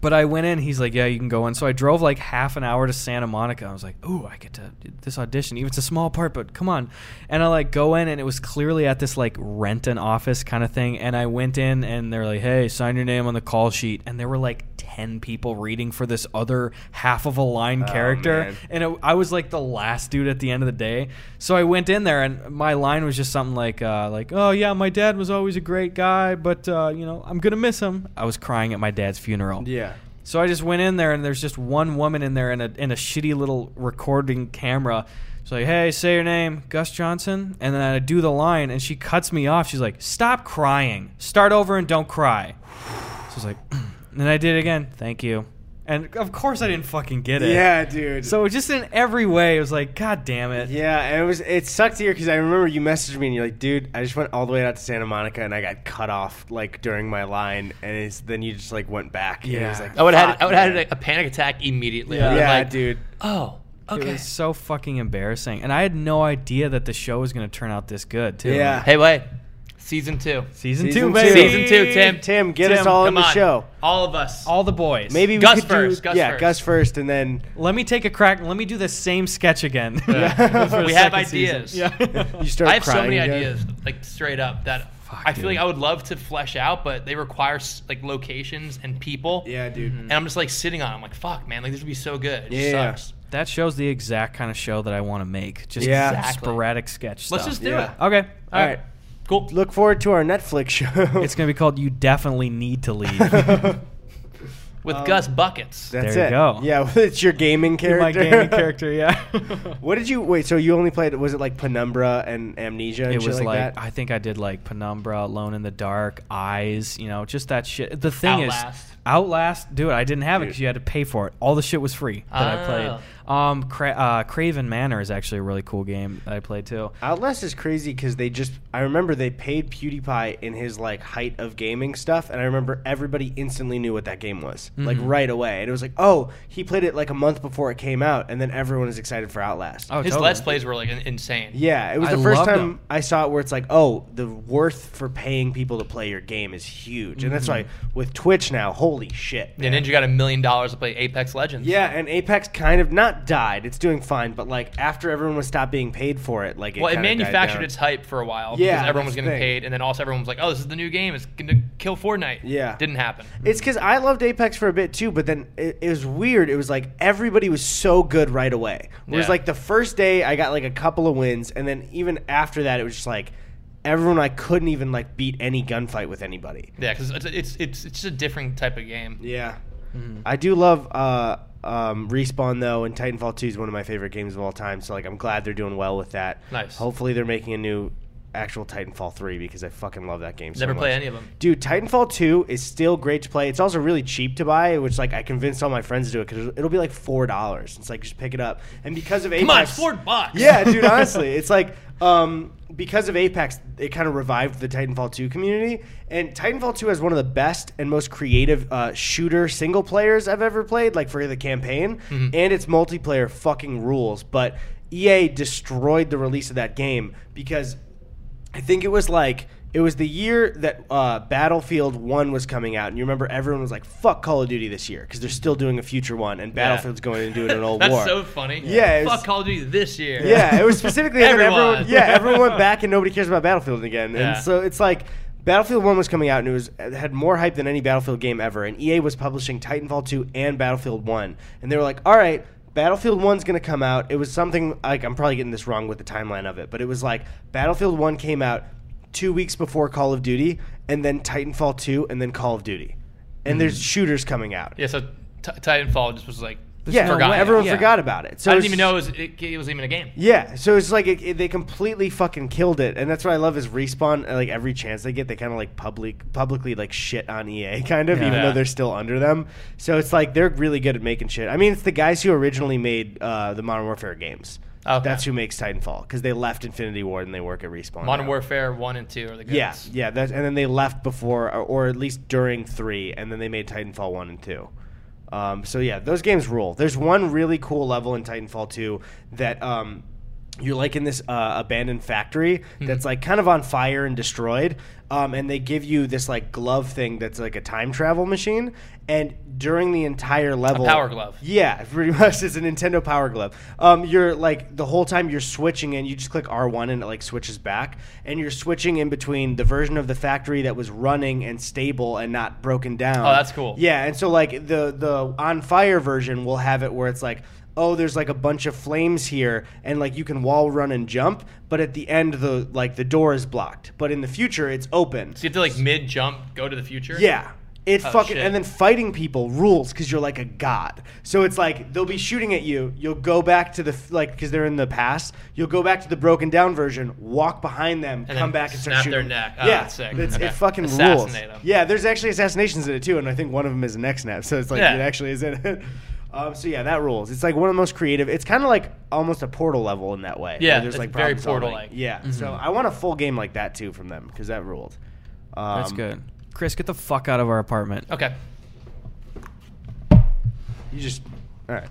S2: but I went in. He's like, "Yeah, you can go in." So I drove like half an hour to Santa Monica. I was like, "Ooh, I get to do this audition. Even it's a small part, but come on." And I like go in, and it was clearly at this like rent an office kind of thing. And I went in, and they're like, "Hey, sign your name on the call sheet." And there were like ten people reading for this other half of a line character,
S1: man.
S2: and it, I was like the last dude at the end of the day. So I went in there, and my line was just something like, uh, "Like, oh yeah, my dad was always a great guy, but uh, you know, I'm gonna miss him." I was crying at my dad's funeral.
S1: Yeah.
S2: So I just went in there, and there's just one woman in there in a in a shitty little recording camera. She's like, "Hey, say your name, Gus Johnson," and then I do the line, and she cuts me off. She's like, "Stop crying. Start over and don't cry." So I was like, *clears throat* and then I did it again. Thank you. And of course, I didn't fucking get it.
S1: Yeah, dude.
S2: So just in every way, it was like, God damn it.
S1: yeah, and it was it sucked to hear because I remember you messaged me and you're like, dude, I just went all the way out to Santa Monica and I got cut off like during my line, and it's, then you just like went back. and it
S2: Yeah.
S1: was like,
S3: I would have
S1: fuck,
S3: had I would have
S1: man.
S3: had a panic attack immediately.
S2: Yeah.
S3: I would've
S1: Yeah,
S3: like,
S1: dude.
S3: Oh,
S2: It
S3: okay.
S2: was so fucking embarrassing, and I had no idea that the show was going to turn out this good too.
S1: Yeah.
S3: Hey, wait. Season two.
S1: Season
S2: season, two,
S1: two.
S2: baby.
S3: Season two, Tim.
S1: Tim, get us
S2: Tim,
S1: all on
S3: Come
S1: the
S3: on.
S1: show.
S3: All of us.
S2: All the boys.
S1: Maybe we
S3: Gus
S1: could
S3: first,
S1: do
S3: Gus
S1: yeah,
S3: first.
S1: Gus first, and then
S2: Let me take a crack. Let me do the same sketch again. *laughs*
S1: Yeah.
S2: For a
S1: We
S3: have
S2: second season. *laughs*
S3: ideas.
S2: Yeah.
S1: you start.
S3: I have so
S1: crying
S3: many
S1: again.
S3: ideas, like straight up, that
S2: Fuck,
S3: I feel
S2: dude.
S3: like I would love to flesh out, but they require s- like locations and people.
S1: Yeah, dude.
S3: And I'm just like sitting on. it. I'm like, fuck, man, like this would be so good. It just
S1: Yeah.
S3: sucks.
S2: *laughs* that shows the exact kind of show that I want to make. Just
S1: Yeah.
S3: Exactly.
S2: sporadic sketch stuff.
S3: Let's just do
S1: Yeah.
S3: it.
S2: Okay.
S1: All right,
S3: Cool.
S1: look forward to our Netflix show.
S2: It's going to be called You Definitely Need
S1: *laughs*
S2: to Leave. *laughs*
S3: With
S1: um,
S3: Gus buckets. *laughs*
S1: That's
S2: There you
S1: it.
S2: go.
S1: Yeah, *laughs* it's your gaming character.
S2: My gaming character, yeah.
S1: *laughs*
S2: *laughs*
S1: What did you wait? So you only played? Was it like Penumbra and Amnesia? And
S2: it was
S1: shit
S2: like,
S1: like, that?
S2: I think I did like Penumbra, Alone in the Dark, Eyes, you know, just that shit. The thing
S3: Outlast.
S2: is, Outlast, dude, I didn't have it
S1: Dude.
S2: because you had to pay for it. All the shit was free that I played. Um, Cra- uh, Craven Manor is actually a really cool game that I played too.
S1: Outlast is crazy because they just. I remember they paid PewDiePie in his like height of gaming stuff, and I remember everybody instantly knew what that game was,
S3: Mm-hmm.
S1: like right away. And it was like, oh, he played it like a month before it came out, and then everyone is excited for Outlast.
S2: Oh,
S3: His
S2: totally.
S3: let's plays were like in- insane.
S1: Yeah, it was
S2: I
S1: the first
S2: loved
S1: time
S2: 'em.
S1: I saw it where it's like, oh, the worth for paying people to play your game is huge, and that's why
S3: Mm-hmm.
S1: with Twitch now, holy shit.
S3: And then you got a million dollars to play Apex Legends.
S1: Yeah, and Apex kind of not died. It's doing fine, but like after everyone was stopped being paid for it, like it
S3: Well, it
S1: kinda died
S3: manufactured
S1: down.
S3: its hype for a while
S1: Yeah,
S3: because everyone
S1: that's
S3: was
S1: the
S3: getting
S1: thing.
S3: paid, and then also everyone was like, "Oh, this is the new game. It's gonna kill Fortnite."
S1: Yeah.
S3: didn't happen.
S1: It's because I loved Apex for a bit too, but then it, it was weird. It was like everybody was so good right away. Whereas
S3: Yeah.
S1: like the first day, I got like a couple of wins, and then even after that, it was just like everyone I couldn't even like beat any gunfight with anybody.
S3: Yeah, because it's, it's it's it's just a different type of game.
S1: Yeah,
S3: Mm-hmm.
S1: I do love uh, um, respawn though, and Titanfall Two is one of my favorite games of all time. So like, I'm glad they're doing well with that.
S3: Nice.
S1: Hopefully, they're making a new actual Titanfall Three because I fucking love that game. so
S3: Never play
S1: much.
S3: any of them.
S1: Dude, Titanfall 2 is still great to play. It's also really cheap to buy, which like I convinced all my friends to do it because it'll be like four dollars. It's like just pick it up, and because of Apex,
S3: *laughs* Come on, it's four bucks.
S1: yeah, dude. Honestly, it's like um, because of Apex, it kind of revived the Titanfall 2 community. And Titanfall 2 has one of the best and most creative uh, shooter single players I've ever played, like for the campaign.
S3: Mm-hmm.
S1: And its multiplayer fucking rules. But EA destroyed the release of that game because I think it was like it was the year that uh, Battlefield One was coming out, and you remember everyone was like, "Fuck Call of Duty this year" because they're still doing a future one, and Battlefield's going and
S3: *laughs*
S1: doing an old
S3: That's
S1: war.
S3: so funny.
S1: Yeah, it's-
S3: Fuck Call of Duty this year.
S1: Yeah, it was specifically and then
S3: Everyone.
S1: everyone. Yeah, everyone went back and nobody cares about Battlefield again.
S3: Yeah.
S1: And so it's like Battlefield One was coming out and it was it had more hype than any Battlefield game ever. And EA was publishing Titanfall Two and Battlefield One, and they were like, "All right." Battlefield 1's going to come out. It was something like I'm probably getting this wrong with the timeline of it, but it was like Battlefield 1 came out 2 weeks before Call of Duty and then Titanfall 2 and then Call of Duty. And
S3: Hmm.
S1: there's shooters coming out.
S3: *laughs* Yeah, so T- Titanfall just was like,
S1: yeah,
S2: no
S3: forgot.
S2: way.
S1: everyone
S2: Yeah.
S1: forgot about it. So
S3: I didn't
S1: it's-
S3: even know it was, it, it was even a game.
S1: yeah, so it's like it, it- they completely fucking killed it, and that's what I love is respawn. uh, Like every chance they get, they kind of like public publicly like shit on EA, *laughs* kind of,
S2: Yeah.
S1: even
S3: Yeah.
S1: though they're still under them. So it's like they're really good at making shit. I mean, it's the guys who originally made uh, the Modern Warfare games.
S3: Okay.
S1: That's who makes Titanfall because they left Infinity Ward and they work at respawn.
S3: Modern
S1: now.
S3: Warfare 1 and 2 are the good
S1: Yeah,
S3: ones.
S1: yeah, that's, and then they left before, or, or at least during three, and then they made Titanfall one and two. Um, so yeah, those games rule. There's one really cool level in Titanfall two that um, you're like in this uh, abandoned factory
S3: Mm-hmm.
S1: that's like kind of on fire and destroyed, um, and they give you this like glove thing that's like a time travel machine, and during the entire level,
S3: power glove.
S1: yeah, *laughs* pretty much. It's a Nintendo Power Glove. Um, you're like the whole time you're switching in, you just click R1 and it like switches back, and you're switching in between the version of the factory that was running and stable and not broken down.
S3: Oh, that's cool.
S1: Yeah, and so like the the on fire version will have it where it's like. Oh, there's like a bunch of flames here, and like you can wall run and jump, but at the end the like the door is blocked. But in the future, it's open.
S3: So you have to like mid jump, go to the future?
S1: Yeah. It
S3: Oh,
S1: fucking
S3: shit.
S1: and then fighting people rules because you're like a god. So it's like they'll be shooting at you. You'll go back to the f- like because they're in the past. You'll go back to the broken down version. Walk behind them,
S3: And
S1: come
S3: then
S1: back and start
S3: snap
S1: shooting.
S3: their neck. Oh,
S1: yeah,
S3: that's sick.
S1: It's,
S3: Okay.
S1: it fucking rules.
S3: Assassinate 'em.
S1: Yeah, there's actually assassinations in it too, and I think one of them is a neck snap. So it's like
S3: Yeah.
S1: it actually is in it. *laughs* Um, so yeah, that rules. It's like one of the most creative. It's kind of like almost a portal level in that way. where
S3: Yeah,
S1: there's
S3: it's
S1: like
S3: very
S1: problem solving.
S3: Portal-like. Mm-hmm.
S1: Yeah, so I want a full game like that too from them because that ruled. Um,
S2: That's good. Chris, get the fuck out of our apartment.
S3: Okay.
S1: You just all right.